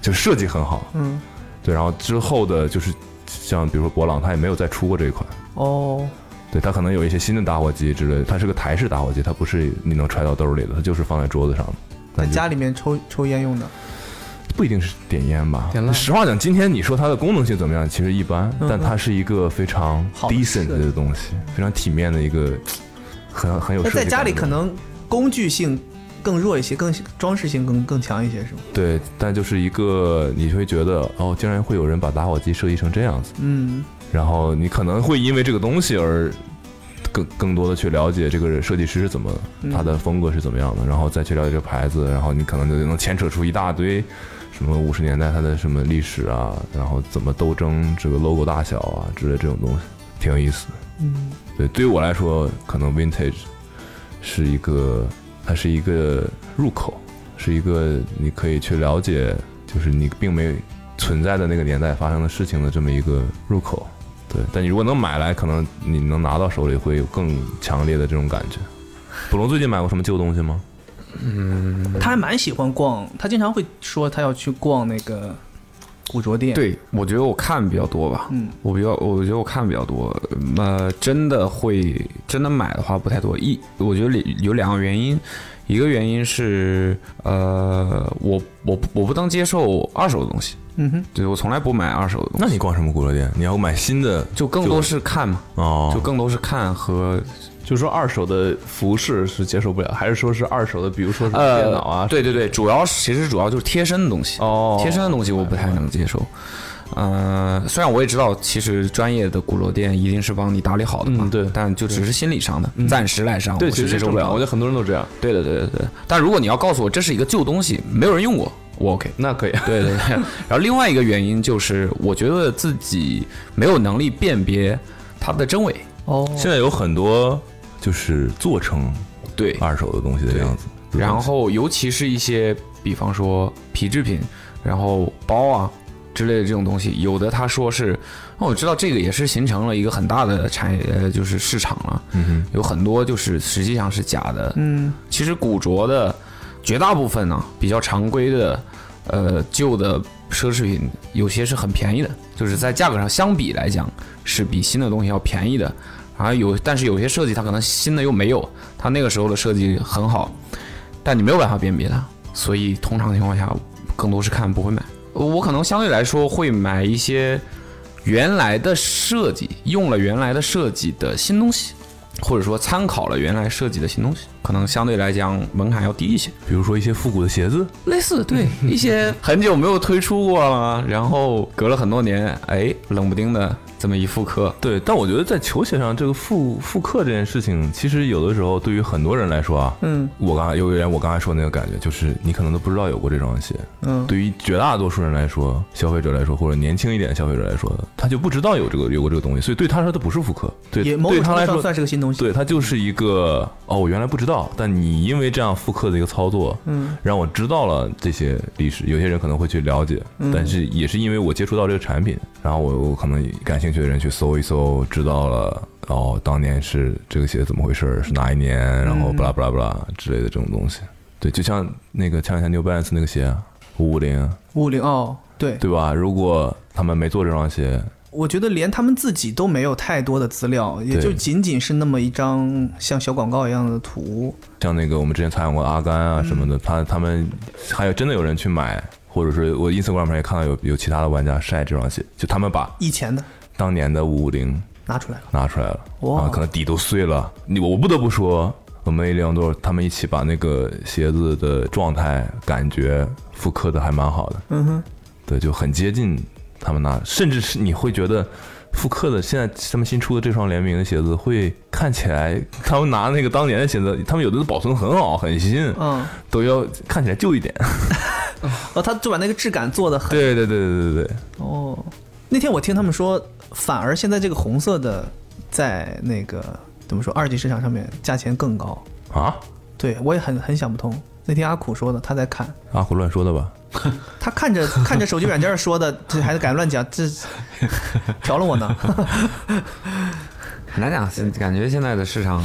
就设计很好。
嗯，
对，然后之后的就是像比如说博朗，它也没有再出过这一款。
哦，
对，它可能有一些新的打火机之类的，它是个台式打火机，它不是你能揣到兜里的，它就是放在桌子上的。
在
但就
家里面抽抽烟用的。
不一定是点烟吧。
点蜡
实话讲，今天你说它的功能性怎么样，其实一般，
嗯
但它是一个非常
好的
decent
设计
的东西，非常体面的一个，很很有
那
设计
在家
感
里
的
可能工具性更弱一些，更装饰性更更强一些，是吗？
对，但就是一个你会觉得哦，竟然会有人把打火机设计成这样子，
嗯，
然后你可能会因为这个东西而。更更多的去了解这个设计师是怎么，
嗯
他的风格是怎么样的，然后再去了解这个牌子，然后你可能就能牵扯出一大堆什么五十年代它的什么历史啊，然后怎么斗争这个 logo 大小啊之类这种东西，挺有意思的。
嗯，
对，对于我来说，可能 vintage 是一个，它是一个入口，是一个你可以去了解，就是你并没存在的那个年代发生的事情的这么一个入口。对，但你如果能买来，可能你能拿到手里会有更强烈的这种感觉。捕龙最近买过什么旧东西吗？嗯
他还蛮喜欢逛，他经常会说他要去逛那个古着店，，
对，我觉得我看比较多吧。
嗯，
我比较，我觉得我看比较多。嗯呃，真的会真的买的话不太多。一，我觉得里有两个原因，一个原因是呃，我我不我不能接受二手的东西，
嗯哼，
对我从来不买二手的东
那
西，
你逛什么古着店？你要买新的
就更多是看嘛，
哦，
就更多是看和
就是说二手的服饰是接受不了，还是说是二手的，比如说是
呃
电脑啊？
对对对，主要是其实主要就是贴身的东西。
哦，
贴身的东西我不太能接受。呃，虽然我也知道，其实专业的古着店一定是帮你打理好的嘛，
嗯对嗯
但就只是心理上的，暂时来上，
对，
我
其
是
实
接
这
受
种
不
我
了
觉得
的。
很多人都这样，
对的，对的，对的。但如果你要告诉我这是一个旧东西，没有人用过，我 OK。
那可以。
对对对。然后另外一个原因就是，我觉得自己没有能力辨别它的真伪。
哦，
现在有很多就是做成
对，
二手的东西的样子。
然后尤其是一些，比方说皮制品，然后包啊之类的这种东西，有的他说是，哦，我知道这个也是形成了一个很大的产业，呃就是市场了，
嗯
有很多就是实际上是假的。
嗯，
其实古着的绝大部分呢、比较常规的，呃，旧的奢侈品有些是很便宜的，就是在价格上相比来讲是比新的东西要便宜的。啊，有，但是有些设计它可能新的又没有，它那个时候的设计很好，但你没有办法辨别它，所以通常情况下更多是看不会买。我可能相对来说会买一些原来的设计，用了原来的设计的新东西，或者说参考了原来设计的新东西，可能相对来讲门槛要低一些。
哼，比如说一些复古的鞋子，
类似对一 些很久没有推出过了，然后隔了很多年，哎，冷不丁的这么一复刻，
对，但我觉得在球鞋上这个复复刻这件事情，其实有的时候对于很多人来说啊，
嗯
我刚才有点我刚才说那个感觉，就是你可能都不知道有过这双鞋。
嗯，
对于绝大多数人来说，消费者来说，或者年轻一点消费者来说，他就不知道有这个有过这个东西，所以对他来说它不是复刻，对
也某
对
种
他
程度
来
上
说
算是个新东西，
对，它就是一个哦，我原来不知道，但你因为这样复刻的一个操作，
嗯，
让我知道了这些历史。有些人可能会去了解，
嗯
但是也是因为我接触到这个产品，然后我我可能感兴趣的人去搜一搜，知道了哦，当年是这个鞋怎么回事儿，是哪一年，
嗯
然后巴拉巴拉巴拉之类的这种东西。对，就像那个前两天 New Balance 那个鞋啊，五五零，
五零哦，对，
对吧？如果他们没做这双鞋，
我觉得连他们自己都没有太多的资料，也就仅仅是那么一张像小广告一样的图，
像那个我们之前采访过的阿甘啊什么的，他他们还有真的有人去买，或者是我 Instagram 上也看到有有其他的玩家晒这双鞋，就他们把
以前的
当年的五五零
拿出来了。
拿出来了，
哇
啊，可能底都碎了。你我不得不说，我们 A 两多他们一起把那个鞋子的状态感觉复刻的还蛮好的，
嗯哼，
对，就很接近他们那，甚至是你会觉得。复刻的现在他们新出的这双联名的鞋子会看起来，他们拿那个当年的鞋子，他们有的保存很好，很新，
嗯，
都要看起来旧一点。
哦，他就把那个质感做的很
对对对对对对，
哦。那天我听他们说，反而现在这个红色的在那个怎么说二级市场上面价钱更高，
啊，
对我也很很想不通。那天阿苦说的，他在看，
阿虎啊乱说的吧？
他看着看着手机软件说的，这还敢乱讲，这调了我呢。
很难讲。现感觉现在的市场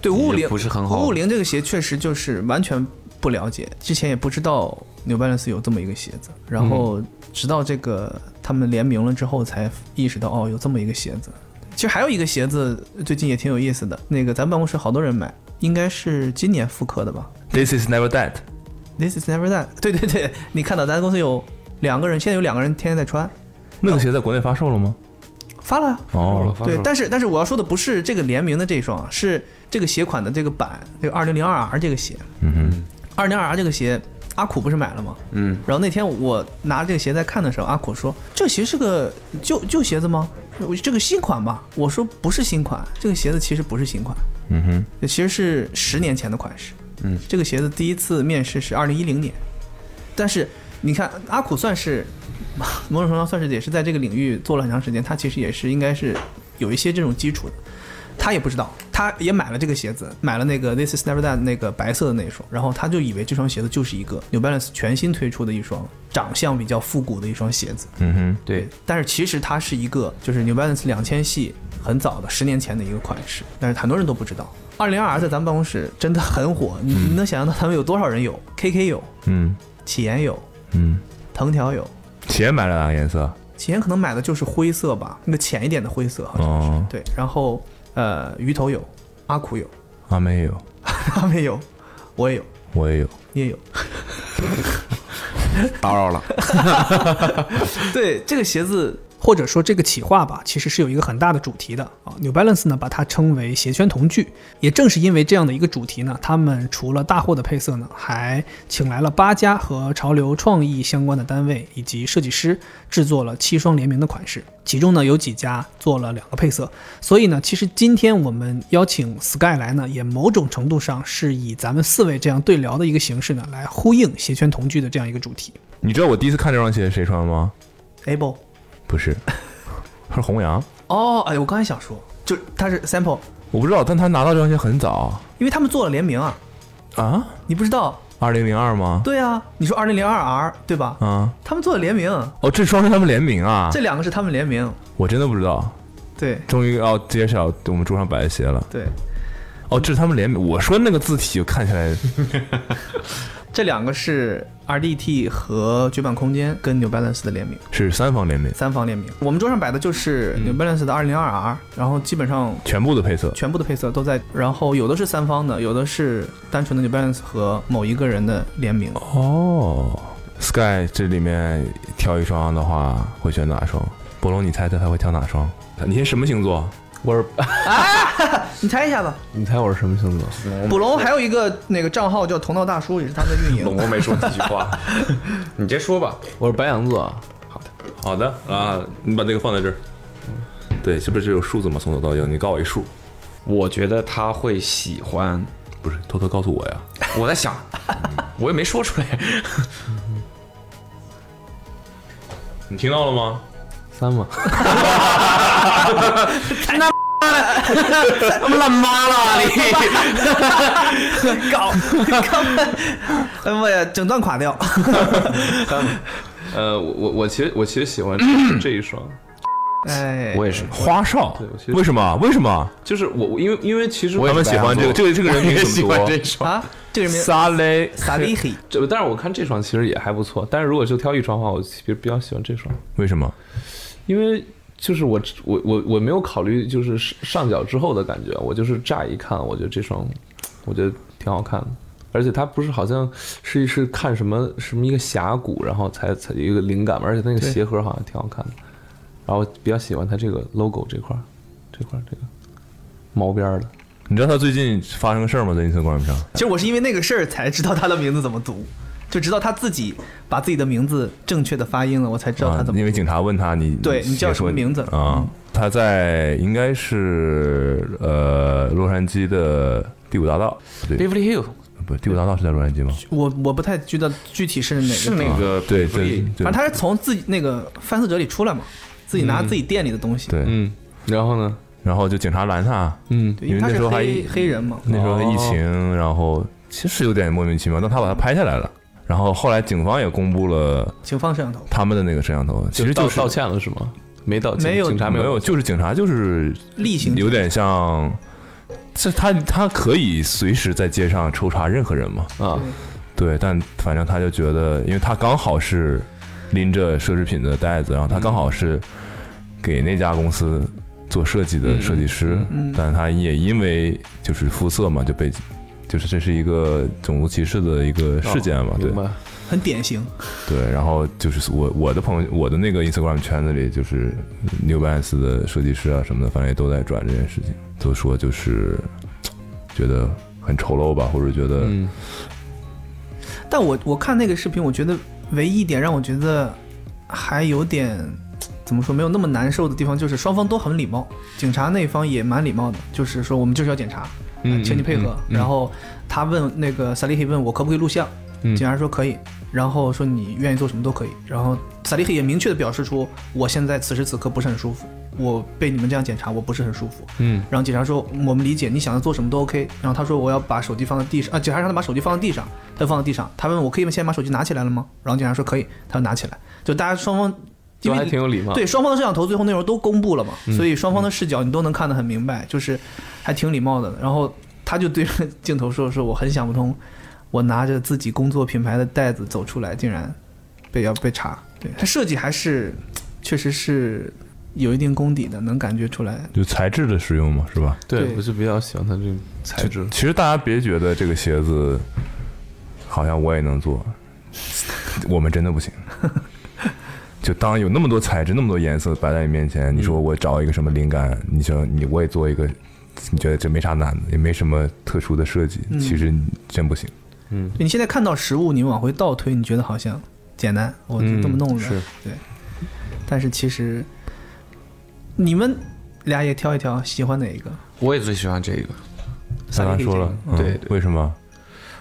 对五五
也
零
不是很好
五五零这个鞋确实就是完全不了解，之前也不知道 New Balance 有这么一个鞋子，然
嗯
后直到这个他们联名了之后，才意识到哦，有这么一个鞋子。其实还有一个鞋子最近也挺有意思的，那个咱办公室好多人买，应该是今年复刻的吧
This is never dead。
？This is never that。对对对，你看到咱公司有两个人，现在有两个人天天在穿，
那个鞋在国内发售了吗？
发了呀。啊
哦，
对，但是但是我要说的不是这个联名的这一双，啊是这个鞋款的这个版，这个二零零二 R 这个鞋。
嗯哼，
二零二这个鞋，阿苦不是买了吗？
嗯，
然后那天我拿这个鞋在看的时候，阿苦说：“这鞋是个旧旧鞋子吗？我这个新款吧？”我说：“不是新款，这个鞋子其实不是新款，
嗯哼，
这其实是十年前的款式。”
嗯，
这个鞋子第一次面试是二零一零年，但是你看阿苦算是某种程度上算是也是在这个领域做了很长时间，他其实也是应该是呃有一些这种基础的。他也不知道，他也买了这个鞋子，买了那个 This is Never That 那个白色的那一双，然后他就以为这双鞋子就是一个 New Balance 全新推出的一双长相比较复古的一双鞋子，
嗯哼，
对，
但是其实它是一个就是 New Balance 两千系很早的十年前的一个款式，但是很多人都不知道。二零二 R 在咱们办公室真的很火，你你能想象到他们有多少人有？KK 有，
嗯
启言有，
嗯，
藤条有，
鞋买了哪个颜色？
前可能买的就是灰色吧，那个浅一点的灰色好像是。
哦
对，然后呃，鱼头有，阿苦有，
阿妹也啊有，
他们有，我也有，
我也有。
你也有。
打扰了。
对这个鞋子，
或者说这个企划吧，其实是有一个很大的主题的啊。New Balance 呢，把它称为鞋圈同具。也正是因为这样的一个主题呢，他们除了大货的配色呢，还请来了八家和潮流创意相关的单位以及设计师，制作了七双联名的款式。其中呢，有几家做了两个配色。所以呢，其实今天我们邀请 Sky 来呢，也某种程度上是以咱们四位这样对聊的一个形式呢，来呼应鞋圈同具的这样一个主题。
你知道我第一次看这双鞋是谁穿吗？
able。
不 是，是弘扬。
哦，哎，我刚才想说，就它是 sample，
我不知道，但他拿到这双鞋很早
因为他们做了联名啊，
啊，
你不知道？
二零零二吗？
对啊，你说二零零二 R 对吧？
啊，
他们做了联名，
哦，这双是他们联名啊
这，两个是他们联名，
我真的不知道。
对
终于要揭晓我们桌上摆的鞋了。
对，
哦，这是他们联名。我说那个字体看起来，
这两个是 RDT 和绝版空间跟 New Balance 的联名，
是三方联名，
三方联名。我们桌上摆的就是 New Balance 的二零零二 R，然后基本上
全部的配色。
全部的配色都在，然后有的是三方的，有的是单纯的 New Balance 和某一个人的联名。
哦，Sky 这里面挑一双的话，会选哪双？博龙，你猜猜他会挑哪双？你先什么星座？
我是
你猜一下吧。
你猜我是什么星座？
捕龙还有一个那个账号叫同道大叔，也是他们的运
龙
营。
哥没说几句话，你直接说吧。
我是白羊座。
好的啊，你把这个放在这儿。对，这不是有数字吗？从左到右，你告我一数，
我觉得他会喜欢。
不是偷偷告诉我呀？
我在想，我也没说出来。
你听到了吗？
三 吗？
他们烂妈了啊你！
哎妈呀，整段垮掉。
呃，我我我其实我其实喜欢这这一双，
哎，
我也是，
花少
对我其实
为什么？为什么？
就是我我因为因为其实
他们喜欢这个这个这个 人名
喜
怎么
欢
读
这首。
啊，这个人名
萨雷
萨利黑，
这，但是我看这双其实也还不错。但是如果就挑一双的话，我其实比较喜欢这双，
为什么？
因为就是我我我我没有考虑就是上脚之后的感觉，我就是乍一看，我觉得这双我觉得挺好看的。而且它不是好像是是看什么什么一个峡谷，然后才才有一个灵感嘛，而且它那个
对
鞋盒好像挺好看的。然后我比较喜欢它这个 logo 这块儿，这块儿这个毛边儿的。
你知道他最近发生个事儿吗？在 Instagram 上，
其实我是因为那个事儿才知道他的名字怎么读，就知道他自己把自己的名字正确的发音了，我才知道他
啊
怎么读。
因为警察问他你
对你叫什么名字嗯
啊？他在应该是呃洛杉矶的第五大道，不对，
Beverly Hill
不，第五大道是在洛杉矶吗？啊
我我不太知道具体是哪个，
是那个
对，对
Beverly
对，
反正他是从自己那个犯罪者里出来嘛，自己拿自己店里的东西。
嗯对，
嗯，然后呢？
然后就警察拦他，
嗯，
对，
因为
因为他
那时
是
候还
黑黑人嘛。
那时候疫情，然后其实有点莫名其妙，但他把他拍下来了。然后后来警方也公布了
请放摄像头。
他们的那个摄像头，其实
道
就是
道歉了是吗？没道歉，
没有
警察
没
没
有，就是警察就是
例行
有点像，这他他可以随时在街上抽查任何人嘛？
啊，
嗯
对，但反正他就觉得，因为他刚好是拎着奢侈品的袋子，然后他刚好是给那家公司做设计
嗯
的设计师，但他也因为就是肤色嘛，就被就是这是一个种族歧视的一个事件嘛，对
哦明白。
很典型，
对，然后就是我我的朋友，我的那个 Instagram 圈子里，就是 New Balance 的设计师啊什么的，反正也都在转这件事情，都说就是嘖觉得很丑陋吧，或者觉得、
嗯，
但我我看那个视频，我觉得唯一一点让我觉得还有点怎么说没有那么难受的地方，就是双方都很礼貌，警察那方也蛮礼貌的，就是说我们就是要检查，呃
嗯
请你配合。
嗯嗯
然后他问那个萨利黑问我可不可以录像，
嗯
警察说可以，然后说你愿意做什么都可以。然后萨利黑也明确的表示出我现在此时此刻不是很舒服，我被你们这样检查我不是很舒服。
嗯，
然后警察说我们理解你想要做什么都 OK。然后他说我要把手机放在地上啊，警察让他把手机放在地上，他就放在地上。他问我可以先把手机拿起来了吗？然后警察说可以，他就拿起来。就大家双方因
就
为
还挺有礼貌。
对，双方的摄像头最后内容都公布了嘛，所以双方的视角你都能看得很明白，就是还挺礼貌的。然后他就对着镜头说：“说我很想不通，我拿着自己工作品牌的袋子走出来，竟然被要被查。对，它设计还是确实是有一定功底的，能感觉出来。
就材质的使用嘛，是吧？
对
对，
我就比较喜欢它这个材质。
其实大家别觉得这个鞋子好像我也能做，我们真的不 行。就当有那么多材质、那么多颜色摆在你面前，你说我找一个什么灵感，你说你我也做一个，你觉得这没啥难的，也没什么特殊的设计，
嗯
其实真不行。
对你现在看到实物，你往回倒推，你觉得好像简单，我就这么弄的，对。但是其实你们俩也挑一挑，喜欢哪一个？
我也最喜欢这个。
刚刚说了，嗯
对，
为什么？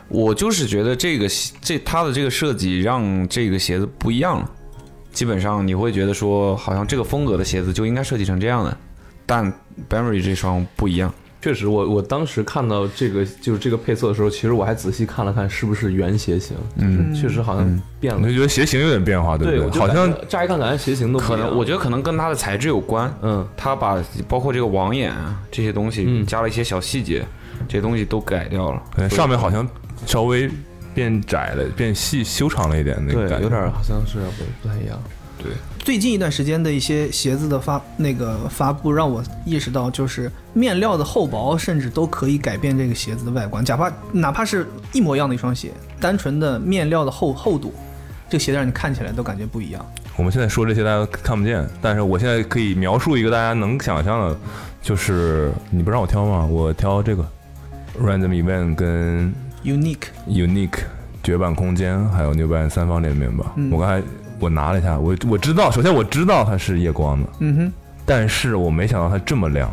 我就是觉得这个鞋这它的这个设计让这个鞋子不一样了。基本上你会觉得说，好像这个风格的鞋子就应该设计成这样的，但 Burberry 这双不一样。
确实我，我当时看到这个就是这个配色的时候，其实我还仔细看了看是不是原鞋型，嗯，确实好像变了。
我就觉得鞋型有点变嗯化，对不
对，我就
好像
感觉乍一看感觉鞋型都不一
可
样
能我觉得可能跟它的材质有关，
嗯，
它把包括这个网眼啊这些东西
嗯
加了一些小细节，这些东西都改掉了。
可能上面好像稍微变窄了，变细修长了一点那个感
对，
觉，
有点好像是不不太一样。
最近一段时间的一些鞋子的发那个发布，让我意识到，就是面料的厚薄，甚至都可以改变这个鞋子的外观。哪怕哪怕是一模一样的一双鞋，单纯的面料的厚厚度，这个鞋子让你看起来都感觉不一样。
我们现在说这些大家看不见，但是我现在可以描述一个大家能想象的，就是你不让我挑吗？我挑这个 Random Event 跟
Unique，
Unique 绝版空间，还有 New Balance 三方联名吧。我刚才我拿了一下，我我知道，首先我知道它是夜光的，
嗯哼，
但是我没想到它这么亮。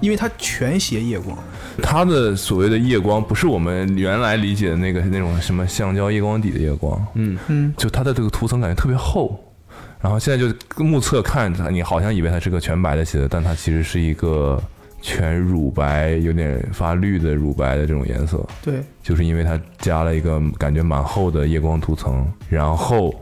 因为它全鞋夜光，
它的所谓的夜光，不是我们原来理解的那个那种什么橡胶夜光底的夜光，
嗯
嗯，
就它的这个涂层感觉特别厚，然后现在就目测看它，你好像以为它是个全白的鞋子，但它其实是一个全乳白，有点发绿的乳白的这种颜色，
对，
就是因为它加了一个感觉蛮厚的夜光涂层，然后。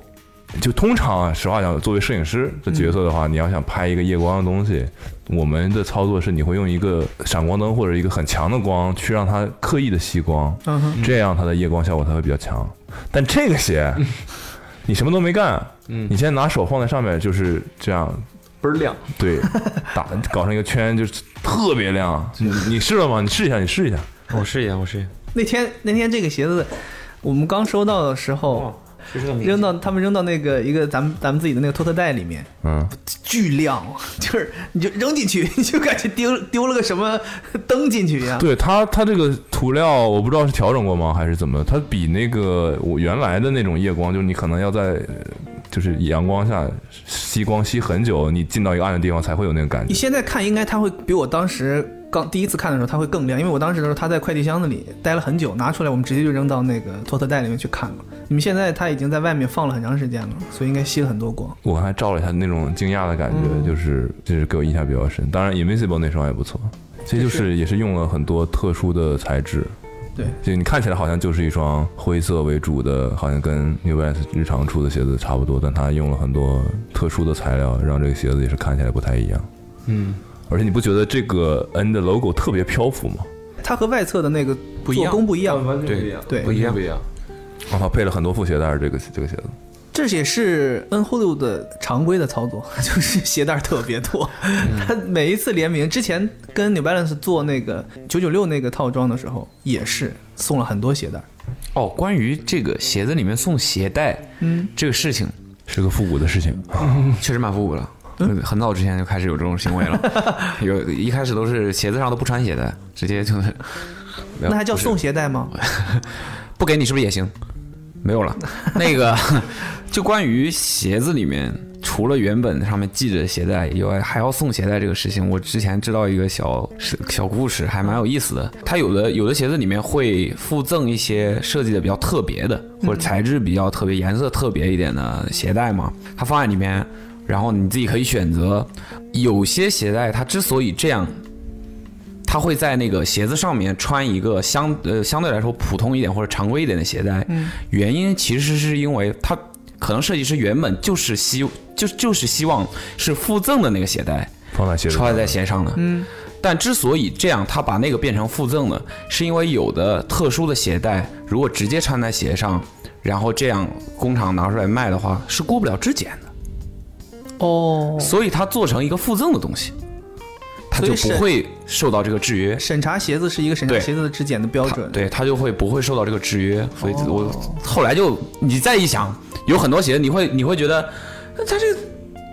就通常啊，实话讲，作为摄影师的角色的话，你要想拍一个夜光的东西，我们的操作是你会用一个闪光灯或者一个很强的光去让它刻意的吸光，
嗯哼，
这样它的夜光效果才会比较强。但这个鞋，你什么都没干，
嗯
你先拿手放在上面，就是这样，
倍儿亮，
对，打搞成一个圈，就是特别亮。你你试了吗？你试一下，你试一下。
我试一下，我试一下。
那天那天这个鞋子，我们刚收到的时
哦
候，扔到他们扔到那个一个咱们咱们自己的那个托特袋里面，
嗯，
巨亮， 就是你就扔进去，你 就感觉丢丢了个什么 灯进去一样。
对它它这个涂料，我不知道是调整过吗，还是怎么？它比那个我原来的那种夜光，就是你可能要在呃就是阳光下吸光吸很久，你进到一个暗的地方才会有那个感
你
觉。
现在看，应该它会比我当时刚第一次看的时候，它会更亮，因为我当时的时候它在快递箱子里待了很久，拿出来我们直接就扔到那个托特袋里面去看了。你们现在它已经在外面放了很长时间了，所以应该吸了很多光。
我刚才照了一下那种惊讶的感觉，就是就是给我印象比较深。当然，Invincible 那双也不错，这就是也是用了很多特殊的材质。
对，
就你看起来好像就是一双灰色为主的，好像跟 New Balance 日常出的鞋子差不多，但它用了很多特殊的材料，让这个鞋子也是看起来不太一样。
嗯，
而且你不觉得这个 N 的 logo 特别漂浮吗？
它和外侧的那个
不一样
做工不一样，
完全
对
不一样，
对
不一样，不一样。
然啊后配了很多副鞋带儿，这个这个鞋子。
这也是 N h o l u 的常规的操作， 就是鞋带儿特别多。
嗯
他每一次联名之前跟 New Balance 做那个九九六那个套装的时候，也是送了很多鞋带儿。
哦，关于这个鞋子里面送鞋带，嗯，这个事情
是个复古的事情，
确实蛮复古了。很早之前就开始有这种行为 了，有一开始都是鞋子上都不穿鞋带，直接就是
那还叫送鞋带吗？
不给你是不是也行？没有了，那个就关于鞋子里面，除了原本上面系着鞋带以外，还要送鞋带这个事情，我之前知道一个小小故事，还蛮有意思的。它有的有的鞋子里面会附赠一些设计的比较特别的，或者材质比较特别、颜色特别一点的鞋带嘛，它放在里面，然后你自己可以选择。有些鞋带它之所以这样他会在那个鞋子上面穿一个相呃相对来说普通一点或者常规一点的鞋带，原因其实是因为他可能设计师原本就是希就就是希望是附赠的那个鞋带
放在鞋子上
穿在鞋上的，嗯，但之所以这样，他把那个变成附赠的，是因为有的特殊的鞋带如果直接穿在鞋上，然后这样工厂拿出来卖的话，是过不了质检的，
哦，
所以它做成一个附赠的东西，它就
所以是
不会受到这个制约。
审查鞋子是一个审查
对
鞋子的质检的标准，
对它就会不会受到这个制约，所以
哦
我后来就你再一想，有很多鞋你会你会觉得，呃它这个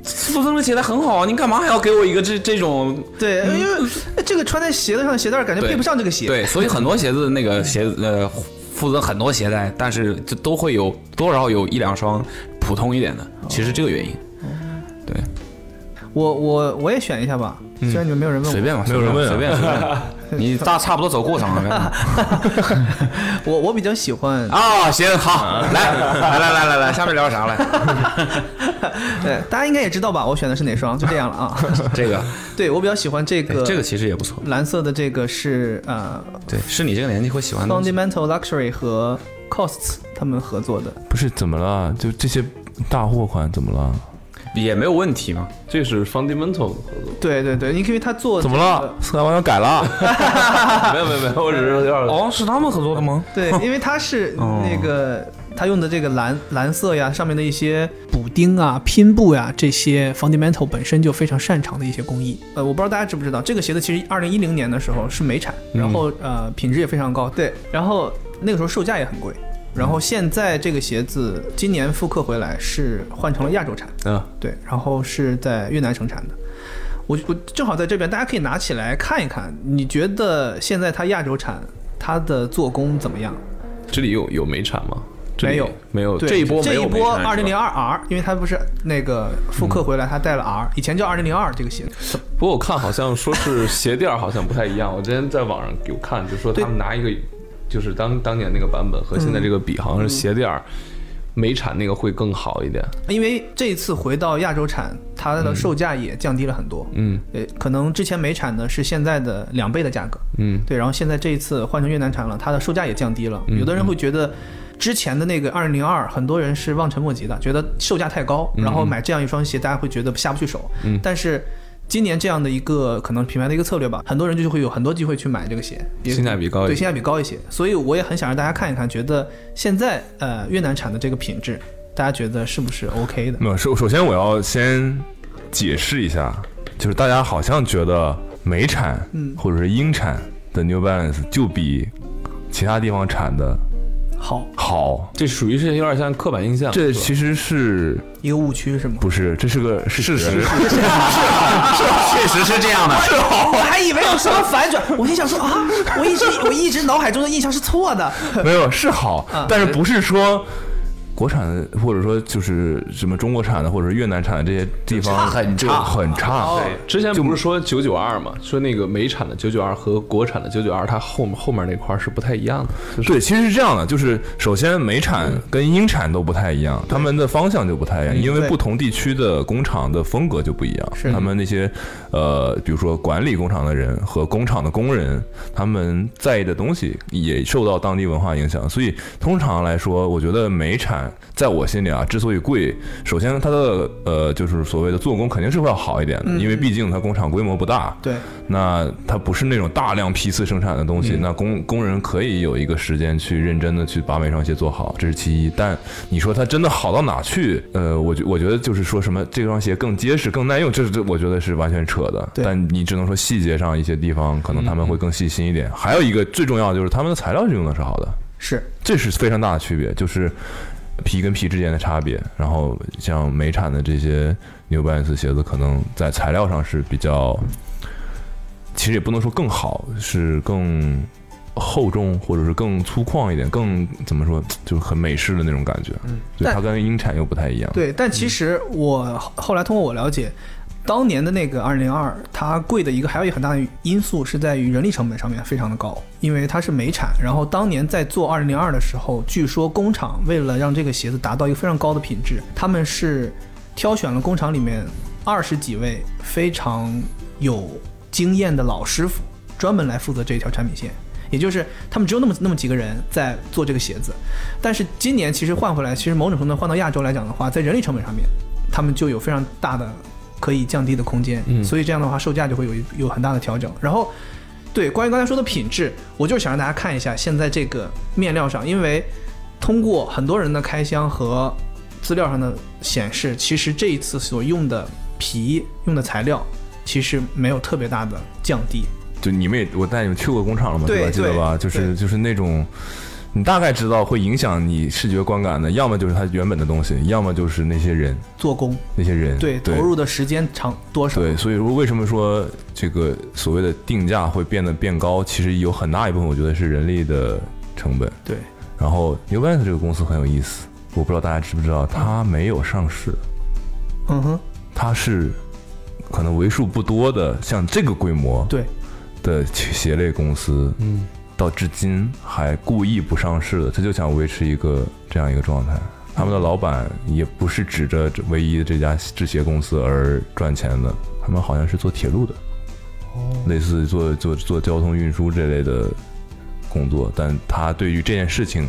附赠的鞋带很好啊，你干嘛还要给我一个这这种
对，因为哎这个穿在鞋子上的鞋带儿感觉
对
配不上这个鞋，
嗯对，所以很多鞋子那个鞋子呃附赠很多鞋带，但是就都会有多少有一两双普通一点的，其实这个原因。对，
我我我也选一下吧，虽然你们没有人问我，
嗯随便吧，
没有人问啊
随便随便， 你大差不多走过场了
我我比较喜欢，
啊、行，好，来来来来来来，下面聊啥 来？
对，大家应该也知道吧，我选的是哪双，就这样了 啊。
这 个，
对我比较喜欢这
哎
个，
这个其实也不错。
蓝色的这个是呃
对，是你这个年纪会喜欢的东西。
Fundamental Luxury 和 Costs 他们合作的，
不是怎么了？就这些大货款怎么了？
也没有问 题嘛。
这是 fundamental 的合
对对对，因为他做
怎么了？ 四大王要改了？
作，没有没有没有，我只是有点
哦，是他们合作的吗？
对， 因为它是那个它用的这个蓝蓝色呀，上面的一些
补丁啊、拼布呀、这些 fundamental 本身就非常擅长的一些工艺。
呃，我不知道大家知不知道，这个鞋子其实二零一零年的时候是美产，
嗯
然后、呃品质也非常高，对，嗯然后那个时候售价也很贵。然后现在这个鞋子今年复刻回来是换成了亚洲产，
啊，
对，然后是在越南生产的。我我正好在这边，大家可以拿起来看一看。你觉得现在它亚洲产它的做工怎么样？
这里有有美产吗？这里
没有
没有，
对，
这一波
这
没有
一
美
波
产
二零零
是吧。
二 R，因为它不是那个复刻回来，它带了 R，、以前叫二零零二这个鞋子。
不过我看好像说是鞋垫儿好像不太一样，我之前在网上有看，就说他们拿一个就是当当年那个版本和现在这个比，好像是鞋垫儿美产那个会更好一点。
因为这一次回到亚洲产，它的售价也降低了很多。
嗯
呃，可能之前美产的是现在的两倍的价格，
嗯，
对，然后现在这一次换成越南产了，它的售价也降低了。有的人会觉得之前的那个二零零二，很多人是望尘莫及的，觉得售价太高，
嗯
然后买这样一双鞋，大家会觉得下不去手。嗯，但是。今年这样的一个可能品牌的一个策略吧，很多人就会有很多机会去买这个鞋，也
性价比高一
对
点
性价比高一些。所以我也很想让大家看一看，觉得现在呃越南产的这个品质，大家觉得是不是 OK 的？
没有，首首先我要先解释一下，就是大家好像觉得美产，
嗯
或者是英产的 New Balance 就比其他地方产的
好，
好，
这属于是有点像刻板印象。
这
是吧
其实是
一个误区是吗？
不是？这是个事实。
确实是这样的。
哦我还以为有什么反 转，我心想说啊，我一直我一直脑海中的印象是错的。
没有是好，但是不是说国产的，或者说就是什么中国产的，或者是越南产的这些地方
很
就
差
很差。哦
对，之前不是说九九二嘛，说那个美产的九九二和国产的九九二，它后后面那块儿是不太一样的。就是
对，其实是这样的，就是首先美产跟英产都不太一样，他们的方向就不太一样，因为
对
不同地区的工厂的风格就不一样。他们那些呃，比如说管理工厂的人和工厂的工人，他们在意的东西也受到当地文化影响，所以通常来说，我觉得美产在我心里啊，之所以贵，首先它的呃，就是所谓的做工肯定是会要好一点的，因为毕竟它工厂规模不大。
对，
那它不是那种大量批次生产的东西，那工工人可以有一个时间去认真的去把每双鞋做好，这是其一。但你说它真的好到哪去？呃，我觉我觉得就是说什么这双鞋更结实、更耐用，这这我觉得是完全扯的。
对
但你只能说细节上一些地方可能他们会更细心一点。还有一个最重要的就是他们的材料是用的是好的，
是
这是非常大的区别，就是皮跟皮之间的差别。然后像美产的这些 New Balance 鞋子，可能在材料上是比较，其实也不能说更好，是更厚重或者是更粗犷一点，更怎么说，就是很美式的那种感觉。嗯，对，
但
它跟英产又不太一样。，
对，但其实我后后来通过我了解，当年的那个二零零二，它贵的一个还有一个很大的因素是在于人力成本上面非常的高，因为它是美产。然后当年在做二零零二的时候，据说工厂为了让这个鞋子达到一个非常高的品质，他们是挑选了工厂里面二十几位非常有经验的老师傅，专门来负责这一条产品线。也就是他们只有那么那么几个人在做这个鞋子，但是今年其实换回来，其实某种程度换到亚洲来讲的话，在人力成本上面，他们就有非常大的可以降低的空间，所以这样的话售价就会有一有很大的调整。然后，对关于刚才说的品质，我就是想让大家看一下现在这个面料上，因为通过很多人的开箱和资料上的显示，其实这一次所用的皮用的材料其实没有特别大的降低。
就你们也，我带你们去过工厂了嘛，
对
吧？记得
对
吧？就是就是那种，你大概知道会影响你视觉观感的，要么就是它原本的东西，要么就是那些人，
做工
那些人
对
对
投入的时间长多少？
对，所以说为什么说这个所谓的定价会变得变高，其实有很大一部分我觉得是人力的成本。
对，
然后 New Balance 这个公司很有意思，我不知道大家知不知道，它没有上市，
嗯哼，
它是可能为数不多的像这个规模
对，
的鞋类公司，
嗯，
到至今还故意不上市的，他就想维持一个这样一个状态。他们的老板也不是指着这唯一的这家制鞋公司而赚钱的，他们好像是做铁路的，类似做做做交通运输这类的工作，但他对于这件事情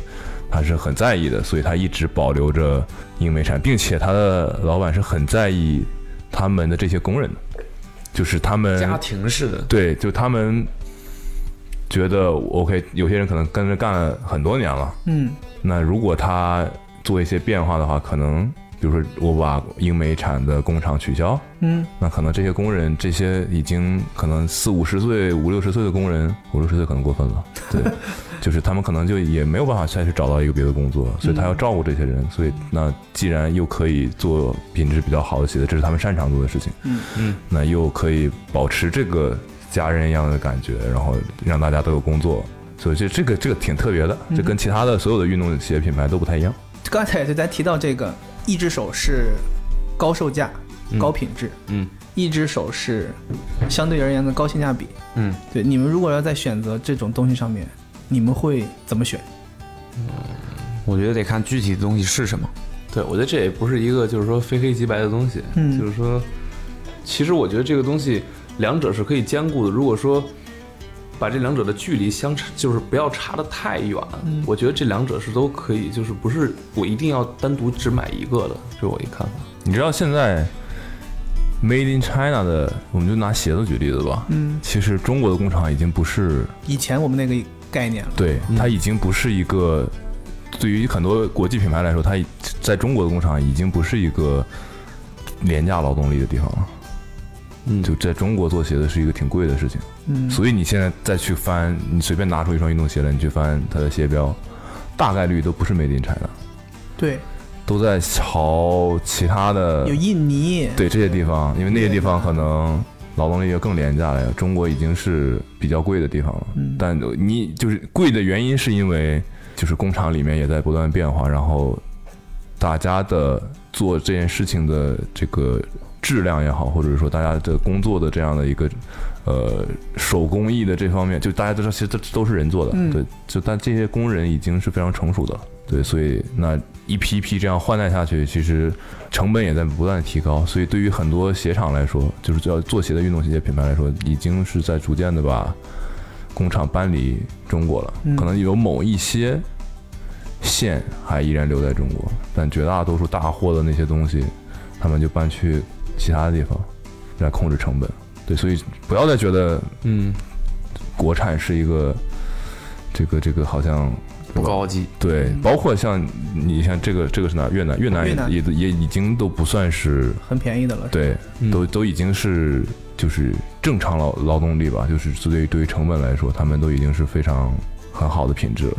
他是很在意的，所以他一直保留着英美产，并且他的老板是很在意他们的这些工人的，就是他们
家庭式的，
对，就他们觉得 OK，有些人可能跟着干了很多年了，
嗯，
那如果他做一些变化的话，可能比如说我把英美产的工厂取消，
嗯，
那可能这些工人，这些已经可能四五十岁、五六十岁的工人，五六十岁可能过分了， 对，就是他们可能就也没有办法再去找到一个别的工作，所以他
嗯
要照顾这些人，所以那既然又可以做品质比较好的鞋子，这是他们擅长做的事情，
嗯
嗯，
那又可以保持这个家人一样的感觉，然后让大家都有工作。所以这这个这个挺特别的，这跟其他的所有的运动鞋品牌都不太一样。
刚才就咱提到这个，一只手是高售价、高品质，
嗯，
一只手是相对而言的高性价比，
嗯，
对。你们如果要在选择这种东西上面，你们会怎么选？
我觉得得看具体的东西是什么。
对，我觉得这也不是一个就是说非黑即白的东西，
嗯
就是说，其实我觉得这个东西两者是可以兼顾的。如果说把这两者的距离相差，就是不要差得太远，我觉得这两者是都可以，就是不是我一定要单独只买一个的，这是我一看法。
你知道现在 Made in China 的，我们就拿鞋子举例子吧。
嗯，
其实中国的工厂已经不是
以前我们那个概念了，
对，它已经不是一个对于很多国际品牌来说，它已在中国的工厂已经不是一个廉价劳动力的地方了。
嗯
就在中国做鞋子是一个挺贵的事情。
嗯，
所以你现在再去翻，你随便拿出一双运动鞋来，你去翻它的鞋标，大概率都不是 Made in China，
对，
都在朝其他的
呃
有印尼，
对这些地方，因为那些地方可能劳动力要更廉价了呀。中国已经是比较贵的地方了，
嗯
但你就是贵的原因是因为就是工厂里面也在不断变化，然后大家的做这件事情的这个质量也好，或者说大家的工作的这样的一个呃手工艺的这方面，就大家都知道，其实这都是人做的，
嗯
对，就但这些工人已经是非常成熟的了，对，所以那一批一批这样换代下去，其实成本也在不断地提高，所以对于很多鞋厂来说，就是要做鞋的运动鞋品牌来说，已经是在逐渐的把工厂搬离中国了，
嗯
可能有某一些线还依然留在中国，但绝大多数大货的那些东西，他们就搬去其他地方来控制成本。对，所以不要再觉得
嗯，
国产是一个这个这个好像
不高级，
对，包括像你像这个这个是哪？越南，越南也
嗯越南
也也已经都不算是
很便宜的了，，
对，
嗯
都都已经是就是正常劳劳动力吧，就是对于对于成本来说，他们都已经是非常很好的品质了。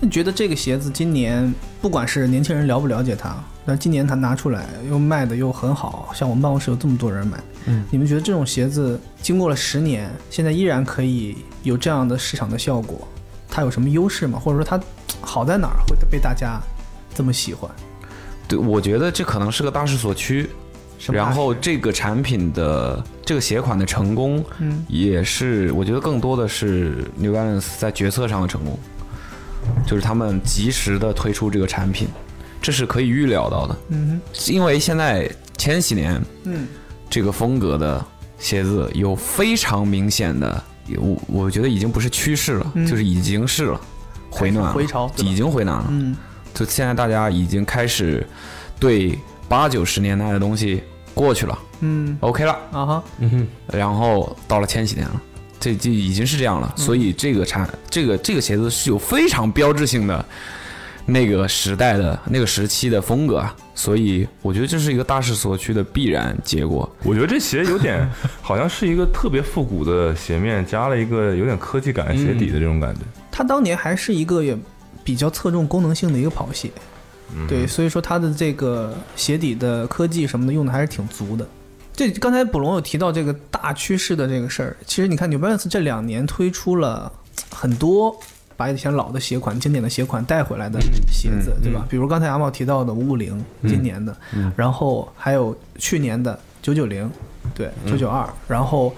那觉得这个鞋子今年不管是年轻人了不了解它，但是今年它拿出来又卖的又很好，像我们办公室有这么多人买。
嗯，
你们觉得这种鞋子经过了十年，现在依然可以有这样的市场的效果，它有什么优势吗？或者说它好在哪儿会被大家这么喜欢？
对，我觉得这可能是个大势所趋。
什么大
然后
事
这个产品的这个鞋款的成功，
嗯，
也是我觉得更多的是 New Balance 在决策上的成功，就是他们及时的推出这个产品，这是可以预料到的。
嗯
因为现在千禧年
哼嗯
这个风格的鞋子有非常明显的，我我觉得已经不是趋势了，
嗯
就是已经是了，回暖了
回潮对吧
已经回暖了。
嗯
就现在大家已经开始对八九十年代的东西过去了
嗯
，OK 了，
啊哈
嗯哼，
然后到了千禧年了，这这已经是这样了，所以这个产这个这个鞋子是有非常标志性的那个时代的那个时期的风格，啊，所以我觉得这是一个大势所趋的必然结果。
我觉得这鞋有 点，好像是一个特别复古的鞋面，加了一个有点科技感鞋底的这种感觉。
它当年还是一个也比较侧重功能性的一个跑鞋，对，所以说它的这个鞋底的科技什么的用的还是挺足的。这刚才捕龙有提到这个大趋势的这个事儿，其实你看 New Balance 这两年推出了很多把以前老的鞋款、经典的鞋款带回来的鞋子，对吧？比如刚才阿茂提到的五五零，今年的，然后还有去年的九九零，对，九九二，然后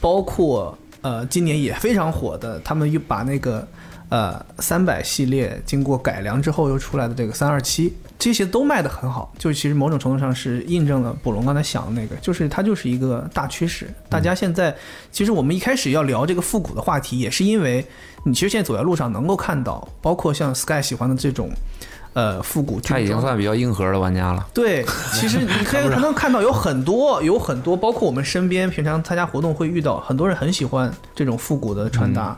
包括呃今年也非常火的，他们又把那个呃三百系列经过改良之后又出来的这个三二七，这些都卖得很好，就其实某种程度上是印证了卜龙刚才想的那个，就是它就是一个大趋势。大家现在其实我们一开始要聊这个复古的话题，也是因为你其实现在走在路上能够看到，包括像 Sky 喜欢的这种。呃，复古
他
剧
已经
装
算比较硬核的玩 家了。
对，其实你可以能看到有很多，有很多，包括我们身边平常参加活动会遇到很多人很喜欢这种复古的穿搭，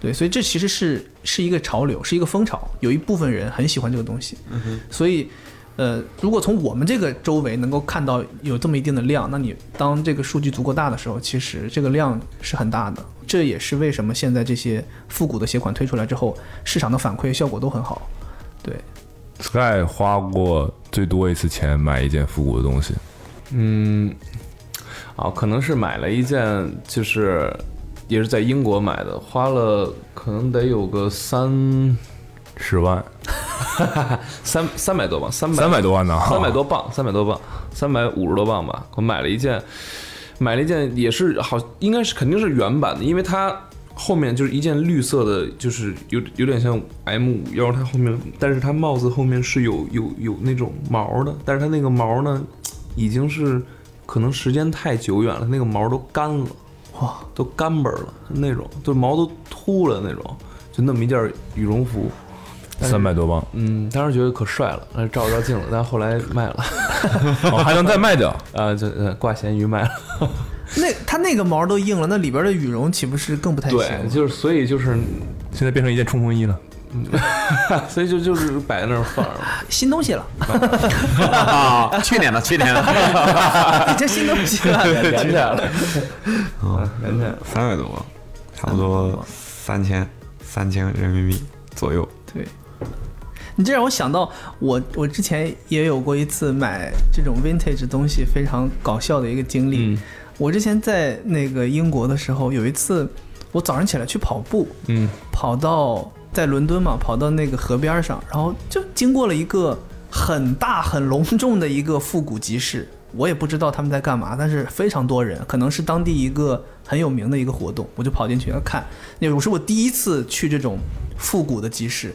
对，所以这其实是是一个潮流，是一个风潮，有一部分人很喜欢这个东西，所以。呃，如果从我们这个周围能够看到有这么一定的量，那你当这个数据足够大的时候，其实这个量是很大的。这也是为什么现在这些复古的鞋款推出来之后，市场的反馈效果都很好。对，
Sky 花过最多一次钱买一件复古的东西，
嗯，啊，可能是买了一件，就是也是在英国买的，花了可能得有个三
十万，
三三百多吧，三百
三百多万呢，
三百多磅，三百多磅，三百五十多磅吧。我买了一件，买了一件也是好，应该是肯定是原版的，因为它后面就是一件绿色的，就是有有点像 M 五幺，它后面，但是它帽子后面是有有有那种毛的，但是它那个毛呢，已经是可能时间太久远了，那个毛都干了，
哇，
都干巴了那种，就毛都秃了那种，就那么一件羽绒服。
三百多磅，
嗯，当时觉得可帅了，呃照照镜子，但是后来卖了。
哦还能再卖掉。
啊，这呃挂咸鱼卖了。
那它那个毛都硬了，那里边的羽绒岂不是更不太行吗？
对， 就是所以就是，
现在变成一件冲锋衣了，
所以就就是摆在那儿 放着嘛。
新东西了，
啊，去年的，去年的，
这新东西了，
连起来了，连起来了。
三百多，差不多三千三千人民币左右。
对。你这让我想到我，我之前也有过一次买这种 vintage 东西非常搞笑的一个经历。我之前在那个英国的时候，有一次我早上起来去跑步，
嗯，
跑到在伦敦嘛，跑到那个河边上，然后就经过了一个很大很隆重的一个复古集市。我也不知道他们在干嘛，但是非常多人，可能是当地一个很有名的一个活动，我就跑进去要看。那我是我第一次去这种复古的集市，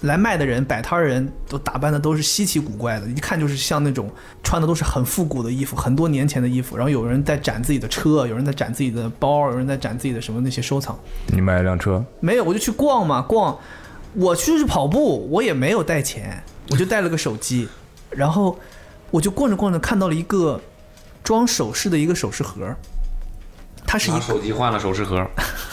来卖的人、摆摊儿人都打扮的都是稀奇古怪的，一看就是像那种穿的都是很复古的衣服，很多年前的衣服。然后有人在展自己的车，有人在展自己的包，有人在展自己的什么那些收藏。
你买了辆车，
没有，我就去逛嘛，逛。我去是跑步，我也没有带钱，我就带了个手机，然后我就逛着逛着看到了一个装首饰的一个首饰盒儿，它是一
拿
个
手机换了首饰盒，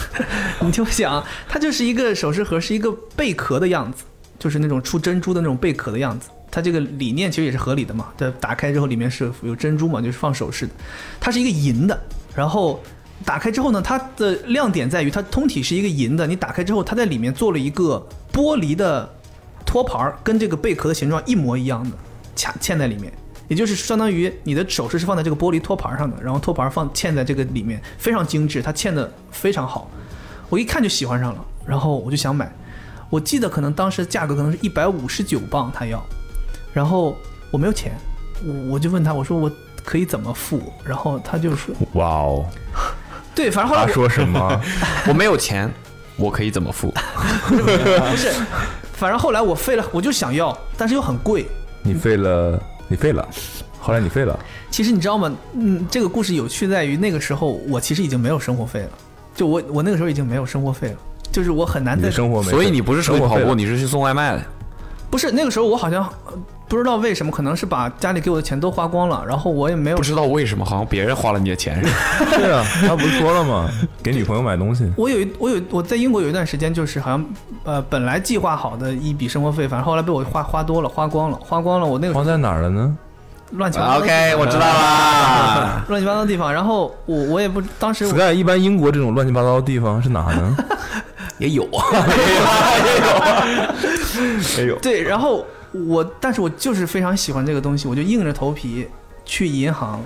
你听我讲，它就是一个首饰盒，是一个贝壳的样子，就是那种出珍珠的那种贝壳的样子。它这个理念其实也是合理的嘛，对，打开之后里面是有珍珠嘛，就是放首饰的。它是一个银的，然后打开之后呢，它的亮点在于它通体是一个银的，你打开之后，它在里面做了一个玻璃的托盘儿，跟这个贝壳的形状一模一样的，嵌嵌在里面。也就是相当于你的首饰是放在这个玻璃托盘上的，然后托盘放嵌在这个里面，非常精致，它嵌的非常好。我一看就喜欢上了，然后我就想买。我记得可能当时价格可能是一百五十九磅，他要，然后我没有钱，我我就问他，我说我可以怎么付？然后他就说，
哇哦！
对，反正后来
他
我
说什么？
我没有钱，我可以怎么付？
不是，反正后来我费了，我就想要，但是又很贵。
你废了，你废了，后来你废了，
其实你知道吗？嗯，这个故事有趣在于那个时候我其实已经没有生活费了，就我我那个时候已经没有生活费了，就是我很难
你
再
的生活没。
所以你不是出去跑
生活
步，
费
你是去送外卖的。
不是那个时候，我好像呃不知道为什么，可能是把家里给我的钱都花光了，然后我也没有
不知道为什么，好像别人花了你的钱似的。
对啊，他 不是说了吗？给女朋友买东西，
我有一我有我在英国有一段时间，就是好像呃本来计划好的一笔生活费，反正后来被我花花多了，花光了，花光了。我那个时
花
候
在哪儿了呢？
乱七 八糟的地方、
OK，我知道啦。
乱七八糟的地方。然后我我也不当时我
Sky，一般英国这种乱七八糟的地方是哪呢？
也有啊，
对，然后我但是我就是非常喜欢这个东西，我就硬着头皮去银行，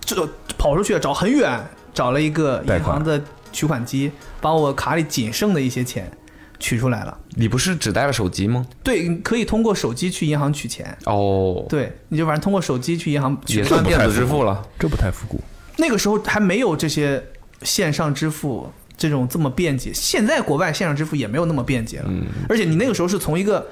就跑出去找很远，找了一个
贷
银
款
行的取款机，把我卡里仅剩的一些钱取出来了。
你不是只带了手机吗？
对，可以通过手机去银行取钱。
哦，
对，你就反正通过手机去银行取
也
款。
算电子支付了。
这不太复古。
那个时候还没有这些线上支付这种这么便捷，现在国外线上支付也没有那么便捷了。而且你那个时候是从一个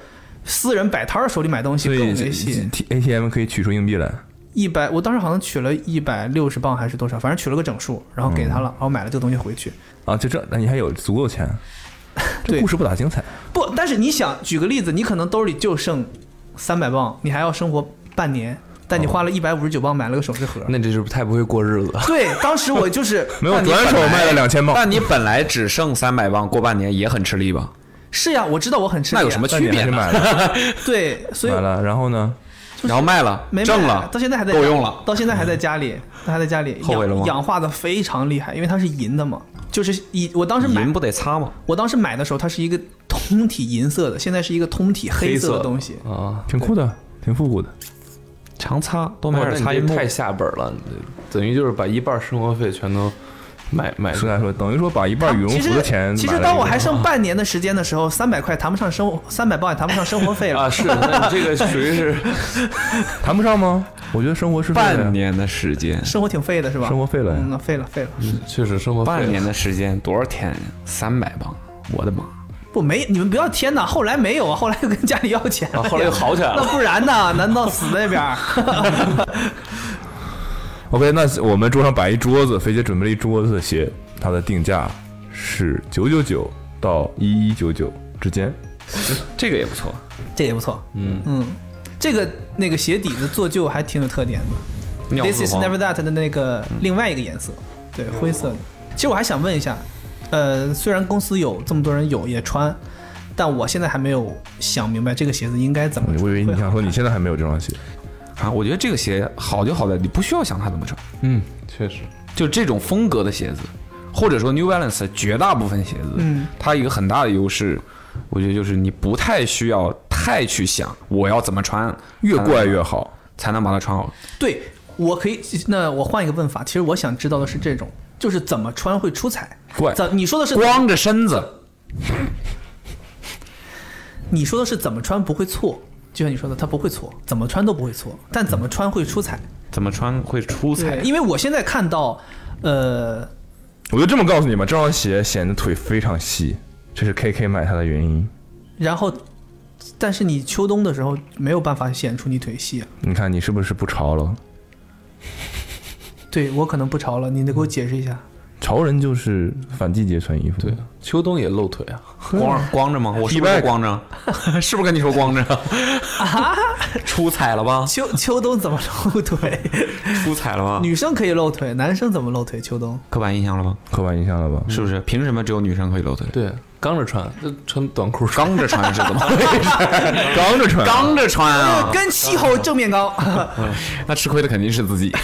私人摆摊儿手里买东西
所
更
以
为吸引。
T- ATM 可以取出硬币来。
一百，我当时好像取了一百六十磅还是多少，反正取了个整数，然后给他了，然后买了这个东西回去。
啊，就这，那你还有足够钱，这
对
故事不咋精彩。
不，但是你想，举个例子，你可能兜里就剩三百磅，你还要生活半年，但你花了一百五十九磅买了个首饰盒。
那这就是太不会过日子了。
对，当时我就是
没有，转手卖了两千磅，
但你本来只剩三百磅，过半年也很吃力吧？
是呀，我知道我很吃力啊，
那有什么
但
区
你还
别
是
呢？
买了，
对，所以
买了，然后呢？
然后卖了
没，卖
挣了，
到现在还在
够用了。
到现在还在家里，还在家里
后悔了吗
氧氧化的非常厉害，因为它是银的嘛，就是以我当时买
银不得擦吗？
我当时买的时候，它是一个通体银色的，现在是一个通体黑色的东西。
啊，
挺酷的，挺复古的。
常擦，多买
哇那
点
你
擦
这
银
太
木。
下本了，你这等于就是把一半生活费全都买买
实在说，等于说把一半羽绒
其
服的
实
钱，
其
买
实
了
当
一
我
个
还剩半年的时间的时候，三百块谈不上生三百磅也谈不上生活费了。
啊，是，那你这个属于是
谈不上吗？我觉得生活是费的呀
半年的时间，
生活挺废的是吧？
生活费了呀
嗯，废了废了。
确实生活费
半年的时间多少天呀？三百磅，我的妈！
不没，你们不要天呐！后来没有啊，后来又跟家里要钱了、
啊， 后来又。好起来
那
了。
不然呢？难道死那边儿？
OK，那我们桌上摆一桌子，肥姐准备了一桌子的鞋，它的定价是九九九到一一九九之间。
这个也不错，
这也不错。嗯嗯，这个那个鞋底子做旧还挺有特点的。
尿
This
死
is
黄嗯
never that 的那个另外一个颜色，对，灰色的。其实我还想问一下，呃，虽然公司有这么多人有也穿，但我现在还没有想明白这个鞋子应该怎么
嗯
穿。
嗯我以为你
会好
想说你现在还没有这双鞋，
啊！我觉得这个鞋好就好在你不需要想它怎么穿，
嗯，确实，
就这种风格的鞋子，或者说 New Balance 绝大部分鞋子，
嗯，
它一个很大的优势，我觉得就是你不太需要太去想我要怎么穿，
越怪越
好，
好。
才能把它穿好。
对，我可以。那我换一个问法，其实我想知道的是这种，就是怎么穿会出彩。
怪
怎你说的是
光着身子，
你说的是怎么穿不会错，就像你说的，它不会错，怎么穿都不会错，但怎么穿会出彩。
怎么穿会出彩
对，？因为我现在看到，呃，
我就这么告诉你吧，这双鞋显得腿非常细，这是 KK 买它的原因。
然后，但是你秋冬的时候没有办法显出你腿细、啊。
你看你是不是不潮了？
对我可能不潮了，你得给我解释一下。
潮人就是反季节穿衣服。对，
秋冬也露腿啊。
光光着吗？我是不
T-back
是光着？ 是不是跟你说光着？
啊
出彩了吧？
秋秋冬怎么露腿？
出彩了吗？
女生可以露腿，男生怎么露腿？秋冬
刻板印象了
嗯
吧？
刻板印象了吧？
是不是？凭什么只有女生可以露腿？
对，刚着穿，就穿短裤穿。
刚着穿是怎么回事？
刚着穿，
刚着穿 啊！
跟气候正面刚。
那吃亏的肯定是 自己。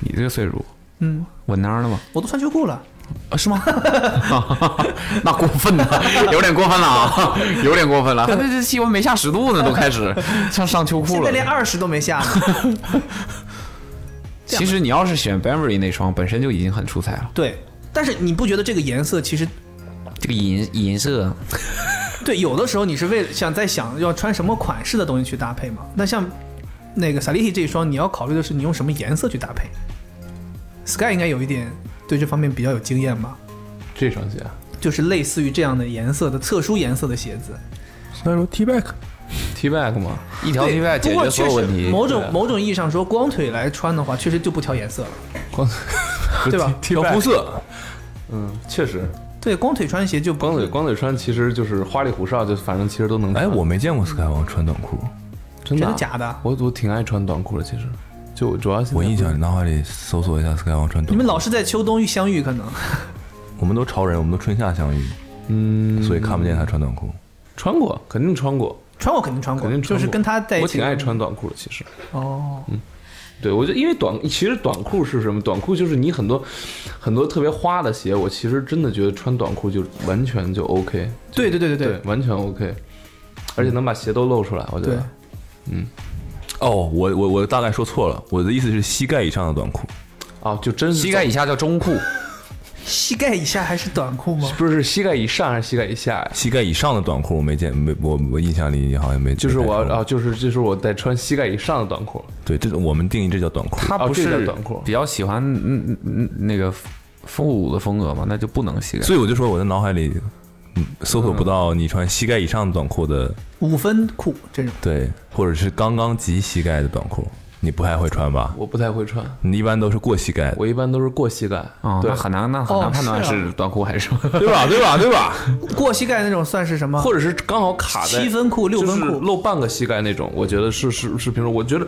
你这个岁数，
嗯，
稳当的吗？
我都穿秋裤了，啊、是吗？
那过分了，有点过分了啊， 有点过分了。那这气温没下十度呢，都开始像上秋裤
现
了
在。连二十都没下呢。
其实你要是选 Burberry 那双，本身就已经很出彩了。
对，但是你不觉得这个颜色其实
这个银银色，
对，有的时候你是为了想在想要穿什么款式的东西去搭配嘛。那像那个 Saliti 这一双，你要考虑的是你用什么颜色去搭配。Sky 应该有一点对这方面比较有经验吧，
这双鞋啊，
就是类似于这样的颜色的特殊颜色的鞋子。
所以说 T back
T back 嘛，
一条 T 外
不
解
过
决所
确
有问
实，
题。
某种
对啊
某种意义上说，光腿来穿的话，确实就不挑颜色了，
光
对吧
？？T
要肤色，
嗯，确实，
对，光腿穿鞋就
光腿光腿穿，其实就是花里胡哨，就反正其实都能。哎，我
没见过 Sky 王穿短裤，
真的啊
真的假的？
我我挺爱穿短裤的，其实就主要
我印象里脑海里搜索一下 Sky 王穿短
你
裤。
们老是在秋冬遇相遇，可能
我们都潮人，我们都春夏相遇，
嗯，
所以看不见他穿短裤。
穿过，肯定穿过，
穿过肯定穿
过，肯定
就是跟他在一起
我挺爱穿短裤的，其实。
哦，
对，我就因为短，其实短裤是什么？短裤就是你很多很多特别花的鞋，我其实真的觉得穿短裤就完全就 OK 就。
对对对
对对，完全 OK，而且能把鞋都露出来，我觉得。嗯，
哦，我我我大概说错了，我的意思是膝盖以上的短裤。
哦，就真是
膝盖以下叫中裤，
膝盖以下还是短裤吗？
不是膝盖以上还是膝盖以下呀？
膝盖以上的短裤我没见，没我我印象里好像没。
就是我要啊，就是就是我在穿膝盖以上的短裤。
对，这我们定义这叫短裤。
他不
这
是
叫短裤
比较喜欢嗯嗯嗯那个复古的风格嘛，那就不能膝盖。
所以我就说我的脑海里嗯搜索不到你穿膝盖以上的短裤的，
五分裤这种，
对，或者是刚刚及膝盖的短裤，你不太会穿吧？
我不太会穿，
你一般都是过膝盖的。
我一般都是过膝盖。
哦，
对
那很难，那很
哦
难判断
是啊
是短裤还是什么。
对 吧？对吧？对吧？
过膝盖那种算是什么？
或者是刚好卡在
七分裤、六分
就是
裤，
露半个膝盖那种，我觉得是是是平时，我觉得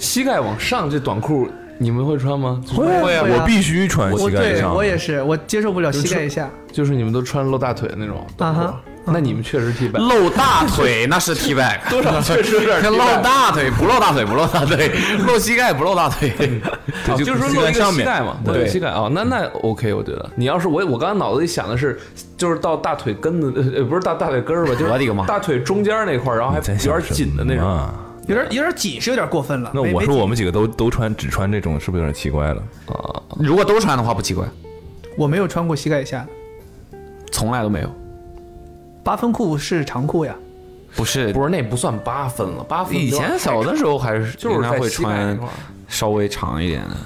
膝盖往上这短裤你们会穿吗？就是
会啊会啊
我必须穿
我
膝盖以
对
上。
我也是，我接受不了膝盖以下。
就是你们都穿露大腿那种短裤，
啊哈
那你们确实 T 版，
露大腿那是 T back，
多少确实有点 T
露
版。
大腿不露大腿不露大 腿，露膝盖不露大腿，
啊
就
就是说
膝
露
盖
一个
上
膝
面
盖嘛，露一
对
个膝盖啊，那那 OK，我觉得你要是我，我刚才脑子里想的是，就是到大腿根子，呃，呃不是大大腿根儿吧，就是
我的个妈
大腿中间那块儿，然后还
在
有点紧的那
想什么
种。
啊
有点有点紧是有点过分了。
那
没
我
没
说我们几个都都穿只穿这种，是不是有点奇怪了？
如果都穿的话不奇怪，
我没有穿过膝盖以下，
从来都没有。
八分裤是长裤呀。
不是，
不是，那不算八分了，八分
以前小的时候还是
就是
应该
在
会
膝盖那
穿
块儿
稍微长一点的。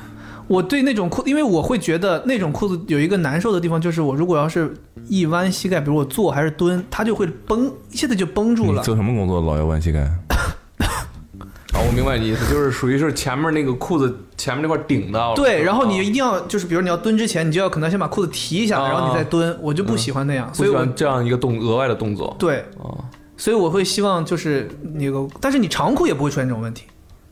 我对那种裤，因为我会觉得那种裤子有一个难受的地方，就是我如果要是一弯膝盖，比如我坐还是蹲，它就会绷，一下子就绷住
你
了。
做什么工作老要弯膝盖？
啊，我明白你意思，就是属于是前面那个裤子前面那块顶到了。
对，然后你
啊
一定要就是，比如你要蹲之前，你就要可能先把裤子提一下，
啊
然后你再蹲。我就不喜欢那样，
不
所以
喜
我
欢这样一个动额外的动作。
对，
哦
所以我会希望就是那个，但是你长裤也不会出现这种问题。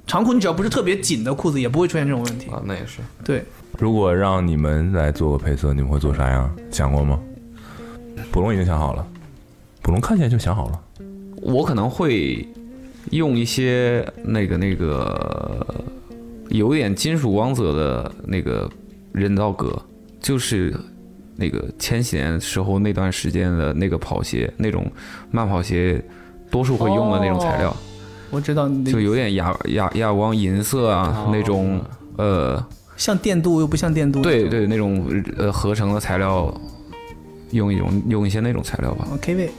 长裤你只要不是特别紧的裤子，也不会出现这种问题。
啊，那也是。
对，
如果让你们来做个配色，你们会做啥样？想过吗？捕龙已经想好了，捕龙看起来就想好了。
我可能会用一些那个那个有点金属光泽的那个人造革，就是那个千禧年时候那段时间的那个跑鞋，那种慢跑鞋多数会用的那种材料，
我知道你
就
的
有点哑哑哑光银色啊、那种呃，
像电镀又不像电镀。
对对，那种呃合成的材料。用一种用一些那种材料吧，
，OK 位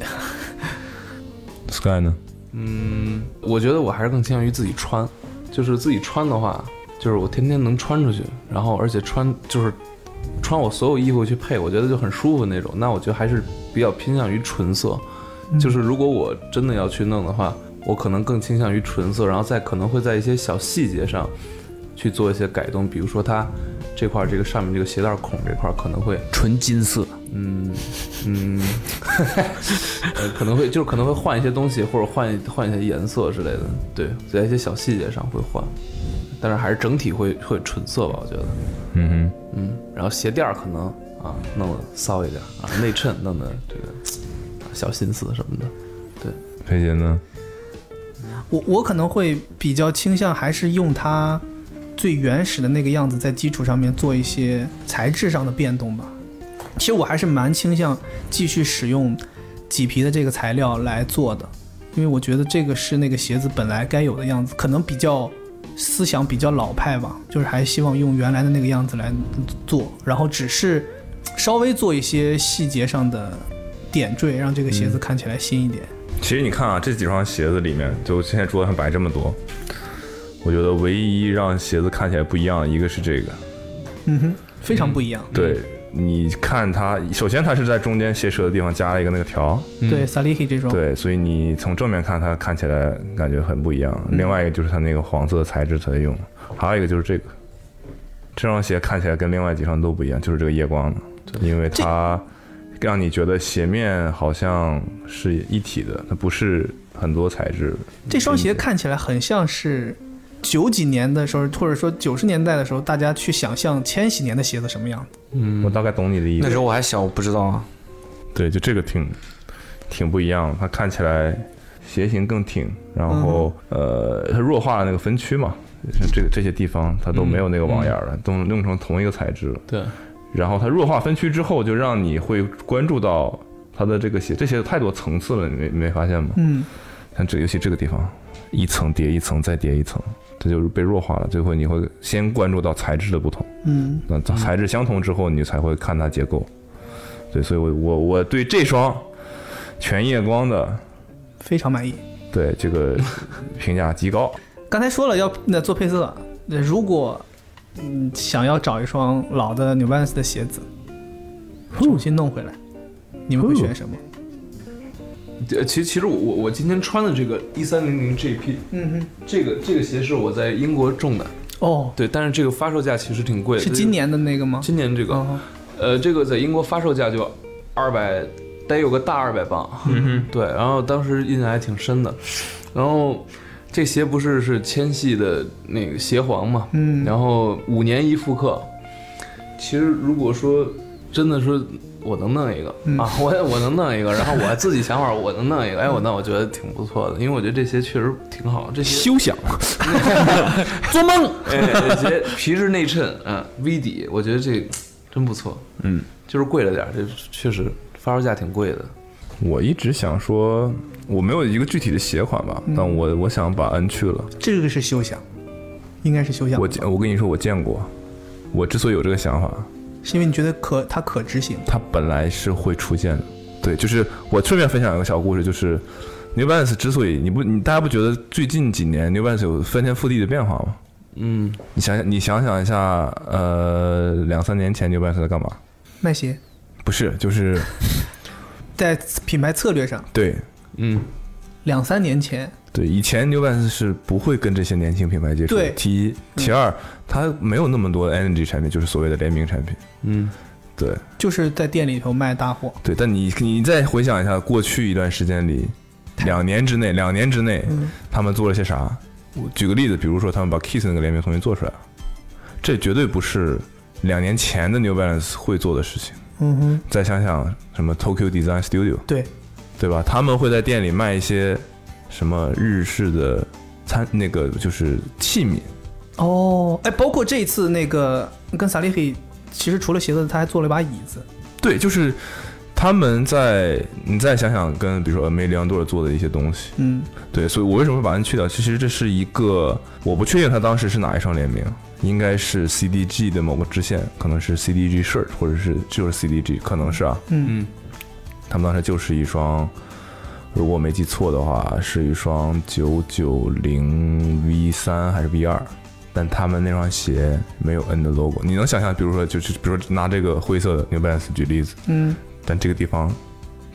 Sky 呢？
嗯，我觉得我还是更倾向于自己穿，就是自己穿的话，就是我天天能穿出去，然后而且穿就是穿我所有衣服去配，我觉得就很舒服那种。那我觉得还是比较偏向于纯色，就是如果我真的要去弄的话，我可能更倾向于纯色，然后再可能会在一些小细节上去做一些改动，比如说它这块儿这个上面这个鞋带孔这块儿可能会
纯金色，
嗯，嗯，呃，可能会就是可能会换一些东西，或者换换一些颜色之类的，对，在一些小细节上会换，但是还是整体会会纯色吧，我觉得，
嗯
嗯，然后鞋垫儿可能啊弄得骚一点啊，内衬弄得这个啊小心思什么的，
哼，裴杰呢？
我我可能会比较倾向还是用它最原始的那个样子，在基础上面做一些材质上的变动吧。其实我还是蛮倾向继续使用麂皮的这个材料来做的，因为我觉得这个是那个鞋子本来该有的样子，可能比较思想比较老派吧，就是还希望用原来的那个样子来做，然后只是稍微做一些细节上的点缀，让这个鞋子看起来新一点。
其实你看啊，这几双鞋子里面，就现在桌子上摆这么多，我觉得唯一让鞋子看起来不一样，一个是这个，
嗯哼，非常不一样。
对，你看它，首先它是在中间鞋舌的地方加了一个那个条，
对 Saliki 这双，
对，所以你从正面看它看起来感觉很不一样。另外一个就是它那个黄色的材质才用，还有一个就是这个，这双鞋看起来跟另外几双都不一样，就是这个夜光的，因为它让你觉得鞋面好像是一体的，它不是很多材质。
这双鞋看起来很像是九几年的时候，或者说九十年代的时候，大家去想象千禧年的鞋子什么样子。
嗯，我大概懂你的意思。
那时候我还小，我不知道啊。
对，就这个挺挺不一样，它看起来鞋型更挺，然后、呃，它弱化了那个分区嘛，像这个这些地方它都没有那个网眼了，都弄成同一个材质了。
对，
然后它弱化分区之后，就让你会关注到它的这个鞋，这鞋太多层次了，你没没发现吗？
嗯，
像这尤其这个地方，一层叠一层再叠一层，这就是被弱化了。最后你会先关注到材质的不同，
嗯，
那材质相同之后，你才会看它结构。对，所以我我我对这双全夜光的
非常满意。
对这个评价极高。
刚才说了要那做配色，那如果嗯想要找一双老的 New Balance 的鞋子，重新弄回来，你们会选什么？
呃，其其实我我我今天穿的这个一三零零 GP，
嗯哼，
这个这个鞋是我在英国种的，
哦，
对，但是这个发售价其实挺贵的，
是今年的那个吗？
今年这个，
嗯
呃，这个在英国发售价就二百，得有个大二百磅。
嗯
对，然后当时印象还挺深的。然后这鞋不是是纤细的那个鞋簧嘛，
嗯
然后五年一复刻。其实如果说真的说我能弄一个、
嗯
啊，我我能弄一个，然后我自己想法我能弄一个，哎，我
嗯
那我觉得挺不错的，因为我觉得这鞋确实挺好，这鞋
休想，做梦。
哎，这鞋皮质内衬，嗯，V 底，我觉得这真不错，
嗯，
就是贵了点儿，这确实发售价挺贵的。
我一直想说，我没有一个具体的鞋款吧，但我我想把 N 去了。
这个是休想，应该是休想。
我见我跟你说，我见过。我之所以有这个想法，
是因为你觉得可它可执行，
它本来是会出现的。对，就是我顺便分享一个小故事，就是 New Balance 之所以你不你大家不觉得最近几年 New Balance 有翻天覆地的变化吗？
嗯，
你想想，你想想一下，呃，两三年前 New Balance 在干嘛？
卖鞋
不是，就是
在品牌策略上，
对
嗯，
两三年前，
对，以前 New Balance 是不会跟这些年轻品牌接触的。
对
其一，
嗯
其二，它没有那么多 energy 产品，就是所谓的联名产品。
嗯，
对
就是在店里头卖大货，
对，但你你再回想一下，过去一段时间里，两年之内，两年之内，
嗯
他们做了些啥？我举个例子，比如说他们把 Kiss 那个联名重新做出来了，这绝对不是两年前的 New Balance 会做的事情。
嗯哼，
再想想什么 Tokyo Design Studio，
对，
对吧？他们会在店里卖一些什么日式的餐，那个就是器皿，
哦，哎，包括这一次那个跟萨利黑，其实除了鞋子，他还做了一把椅子，
对，就是他们在你再想想跟比如说 a m e l i a n d o r 做的一些东西，
嗯，
对，所以我为什么把 N 去掉？其实这是一个我不确定他当时是哪一双联名，应该是 CDG 的某个支线，可能是 CDG shirt，或者是就是 CDG，可能是啊，
嗯
他们当时就是一双，如果我没记错的话，是一双九九零 V 三还是 V 二，但他们那双鞋没有 N 的 logo。你能想象，比如说就是比如说拿这个灰色的 New Balance 举例子，
嗯，
但这个地方，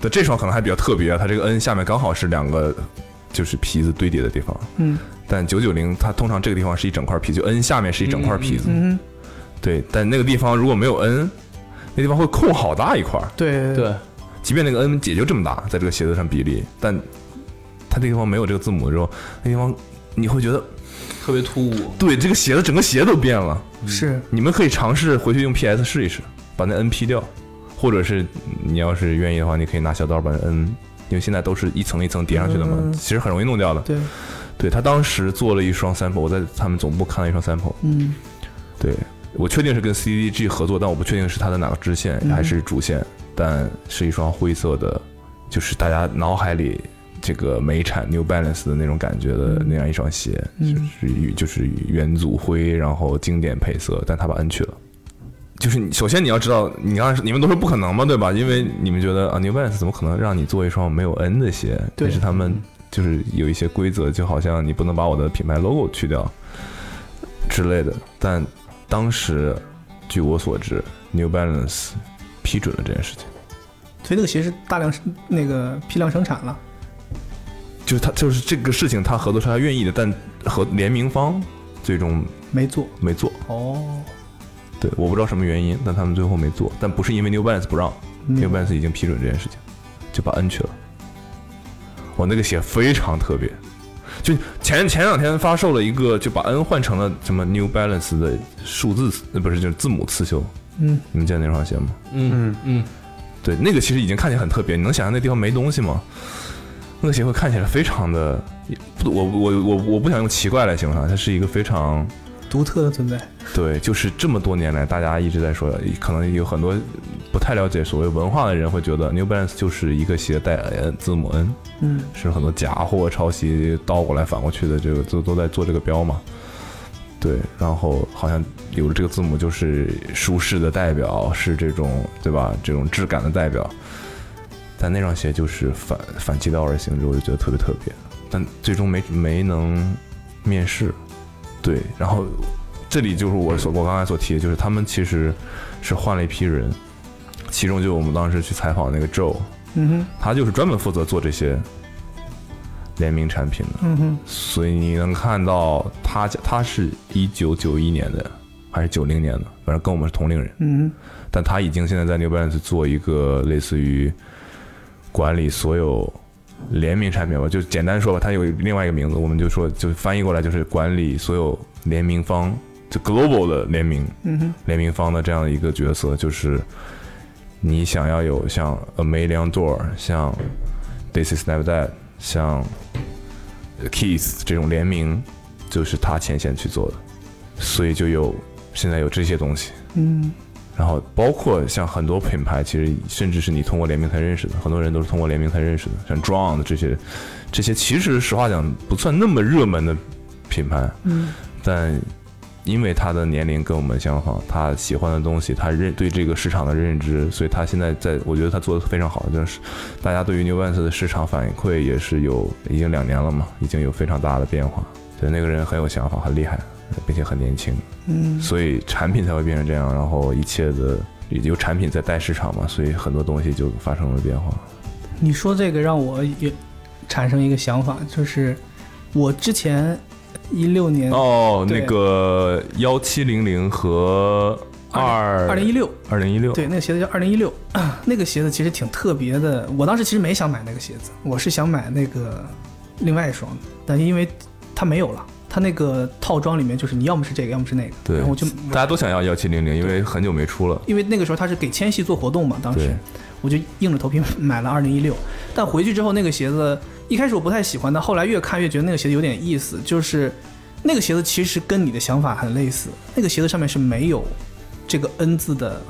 但这双可能还比较特别啊，它这个 N 下面刚好是两个就是皮子堆叠的地方，
嗯
但九九零它通常这个地方是一整块皮，就 N 下面是一整块皮子，
嗯哼，
对，但那个地方如果没有 N，那地方会空好大一块儿。
对
对，
即便那个 N 也就这么大，在这个鞋子上比例，但它那地方没有这个字母之后，那地方你会觉得，
特别突兀。
对这个鞋子整个鞋都变了。
是，
你们可以尝试回去用 PS 试一试，把那 N 劈掉，或者是你要是愿意的话，你可以拿小刀把那 N，因为现在都是一层一层叠上去的嘛，
嗯
其实很容易弄掉的。
对，
对他当时做了一双 sample，我在他们总部看了一双 sample，
嗯
对我确定是跟 CDG 合作，但我不确定是它的哪个支线
嗯
还是主线，但是一双灰色的，就是大家脑海里这个美产 New Balance 的那种感觉的那样一双鞋，
嗯
是就是元祖灰，然后经典配色，但他把 N 去了。就是你首先你要知道，你刚才你们都说不可能嘛，对吧？因为你们觉得啊，New Balance 怎么可能让你做一双没有 N 的鞋？
对嗯
但是他们就是有一些规则，就好像你不能把我的品牌 logo 去掉之类的。但当时据我所知，New Balance 批准了这件事情，
所以那个鞋是大量生那个批量生产了，
就是他就是这个事情，他合作商他愿意的，但和联名方最终
没做，
没做。
哦，
对，我不知道什么原因，但他们最后没做，但不是因为 New Balance 不让，
嗯
New Balance 已经批准这件事情，就把 N 去了。我那个鞋非常特别，就前前两天发售了一个，就把 N 换成了什么 New Balance 的数字，呃，不是就是字母刺绣。
嗯，
你们见那双鞋吗？
嗯嗯，
对，那个其实已经看起来很特别，你能想象那地方没东西吗？那个鞋会看起来非常的，不，我我我我不想用奇怪来形容它，它是一个非常
独特的存在。
对，就是这么多年来，大家一直在说，可能有很多不太了解所谓文化的人会觉得 New Balance 就是一个鞋带 N 字母 N，
嗯
是很多假货抄袭倒过来反过去的，这个都都在做这个标嘛。对，然后好像有了这个字母就是舒适的代表，是这种对吧？这种质感的代表。但那双鞋就是反反其道而行之后，我就觉得特别特别，但最终没没能面试。对，然后这里就是我所我刚才所提的，就是他们其实是换了一批人，其中就我们当时去采访那个 Joe，
嗯哼，
他就是专门负责做这些联名产品的，
嗯哼，
所以你能看到他家他是一九九一年的还是九零年的，反正跟我们是同龄人，
嗯
但他已经现在在 New Balance 做一个类似于管理所有联名产品吧，就简单说吧，它有另外一个名字，我们就说就翻译过来就是管理所有联名方，就 global 的联名，
嗯哼，
联名方的这样的一个角色，就是你想要有像 A m a l i o n Door、像 This Is Never Dead、像 Keith 这种联名，就是他前线去做的，所以就有现在有这些东西。
嗯
然后包括像很多品牌，其实甚至是你通过联名才认识的，很多人都是通过联名才认识的，像 Drown 的这些，这些其实实话讲不算那么热门的品牌，
嗯
但因为他的年龄跟我们相仿，他喜欢的东西，他认对这个市场的认知，所以他现在在我觉得他做的非常好，就是大家对于 New Balance 的市场反馈也是有已经两年了嘛，已经有非常大的变化，对那个人很有想法，很厉害，并且很年轻。
嗯，
所以产品才会变成这样，然后一切的有产品在带市场嘛，所以很多东西就发生了变化。
你说
这个让我也产生一个想法，就是我之前一六年
哦，
对
那个幺七零零和二
2016
二零一六，
对，那个鞋子叫二零一六， 那个鞋子其实挺特别的。我当时其实没想买那个鞋子，我是想买那个另外一双的，但因为它没有了，它那个套装里面就是你要么是这个，要么是那个。
对，
然后我就
大家都想要幺七零零，因为很久没出了。
因为那个时候它是给千玺做活动嘛，当时
对，
我就硬着头皮买了二零一六。但回去之后，那个鞋子一开始我不太喜欢，但后来越看越觉得那个鞋子有点意思，就是那个鞋子其实跟你的想法很类似，那个鞋子上面是没有这个 N 字的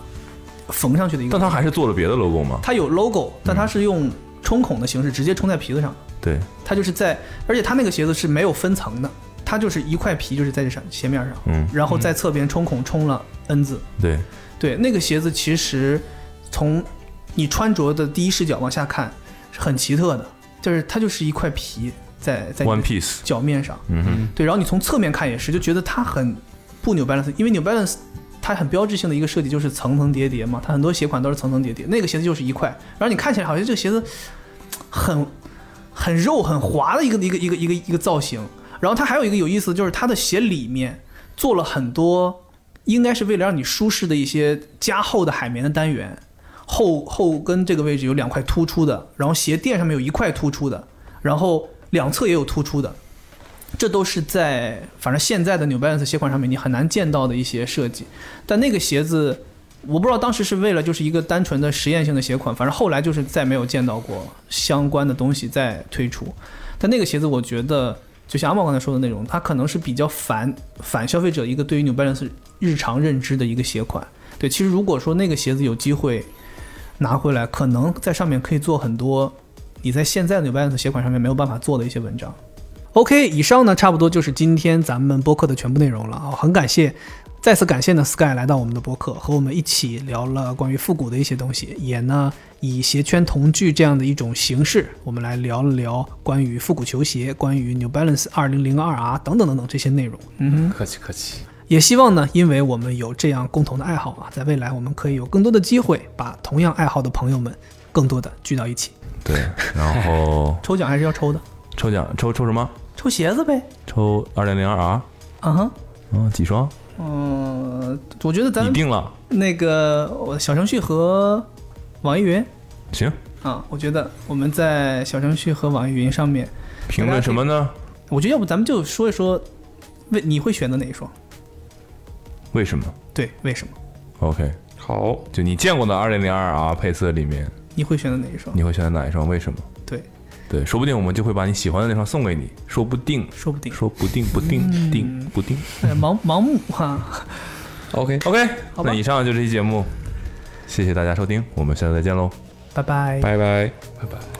缝上去的一个，
但他还嗯是做了别的 logo 嘛？
它有 logo，但它是用冲孔的形式直接冲在皮子上，
对，
它就是在，而且它那个鞋子是没有分层的，它就是一块皮就是在这上鞋面上，
嗯
然后在侧边冲孔冲了 N 字，
对，
对，那个鞋子其实从你穿着的第一视角往下看是很奇特的，就是它就是一块皮在在你的
One Piece
脚面上，
嗯哼，
对，然后你从侧面看也是，就觉得它很不 New Balance，因为 New Balance 它很标志性的一个设计就是层层叠叠嘛，它很多鞋款都是层层叠叠，那个鞋子就是一块，然后你看起来好像这个鞋子很很肉很滑的一个一个一个一个一个造型，然后它还有一个有意思就是它的鞋里面做了很多应该是为了让你舒适的一些加厚的海绵的单元，后后跟这个位置有两块突出的，然后鞋垫上面有一块突出的，然后两侧也有突出的，这都是在反正现在的 New Balance 鞋款上面你很难见到的一些设计。但那个鞋子，我不知道当时是为了就是一个单纯的实验性的鞋款，反正后来就是再没有见到过相关的东西再推出。但那个鞋子，我觉得就像阿茂刚才说的那种，它可能是比较反反消费者一个对于 New Balance 日常认知的一个鞋款。对，其实如果说那个鞋子有机会拿回来，可能在上面可以做很多你在现在的 New Balance 鞋款上面没有办法做的一些文章。
OK，以上呢差不多就是今天咱们播客的全部内容了啊！很感谢，再次感谢呢 Sky 来到我们的播客，和我们一起聊了关于复古的一些东西，也呢以鞋圈同聚这样的一种形式，我们来聊了聊关于复古球鞋、关于 New Balance 2002 R 啊等等等等这些内容。
嗯哼，
客气客气。
也希望呢，因为我们有这样共同的爱好啊，在未来我们可以有更多的机会，把同样爱好的朋友们更多的聚到一起。
对，然后
抽奖还是要抽的，
抽奖抽抽什么？
抽鞋子呗。
抽二零零二 R，
啊哈，
嗯，几双？
嗯、我觉得咱
你定了？
呃那个我小程序和网易云
行，
啊，我觉得我们在小程序和网易云上面
评论什么呢？
我觉得要不咱们就说一说，为你会选择哪一双？
为什么
对，为什么
？OK，
好，
就你见过的二零零二啊配色里面，
你会选择哪一双？
你会选择哪一双？为什么？
对，
对，说不定我们就会把你喜欢的那双送给你，说不定，
说不定，
说不定，不定，
嗯
定不定。
哎盲盲目哈，
OK OK，
好吧
那以上就是这期节目，谢谢大家收听，我们下次再见喽，
拜拜。
拜拜拜拜。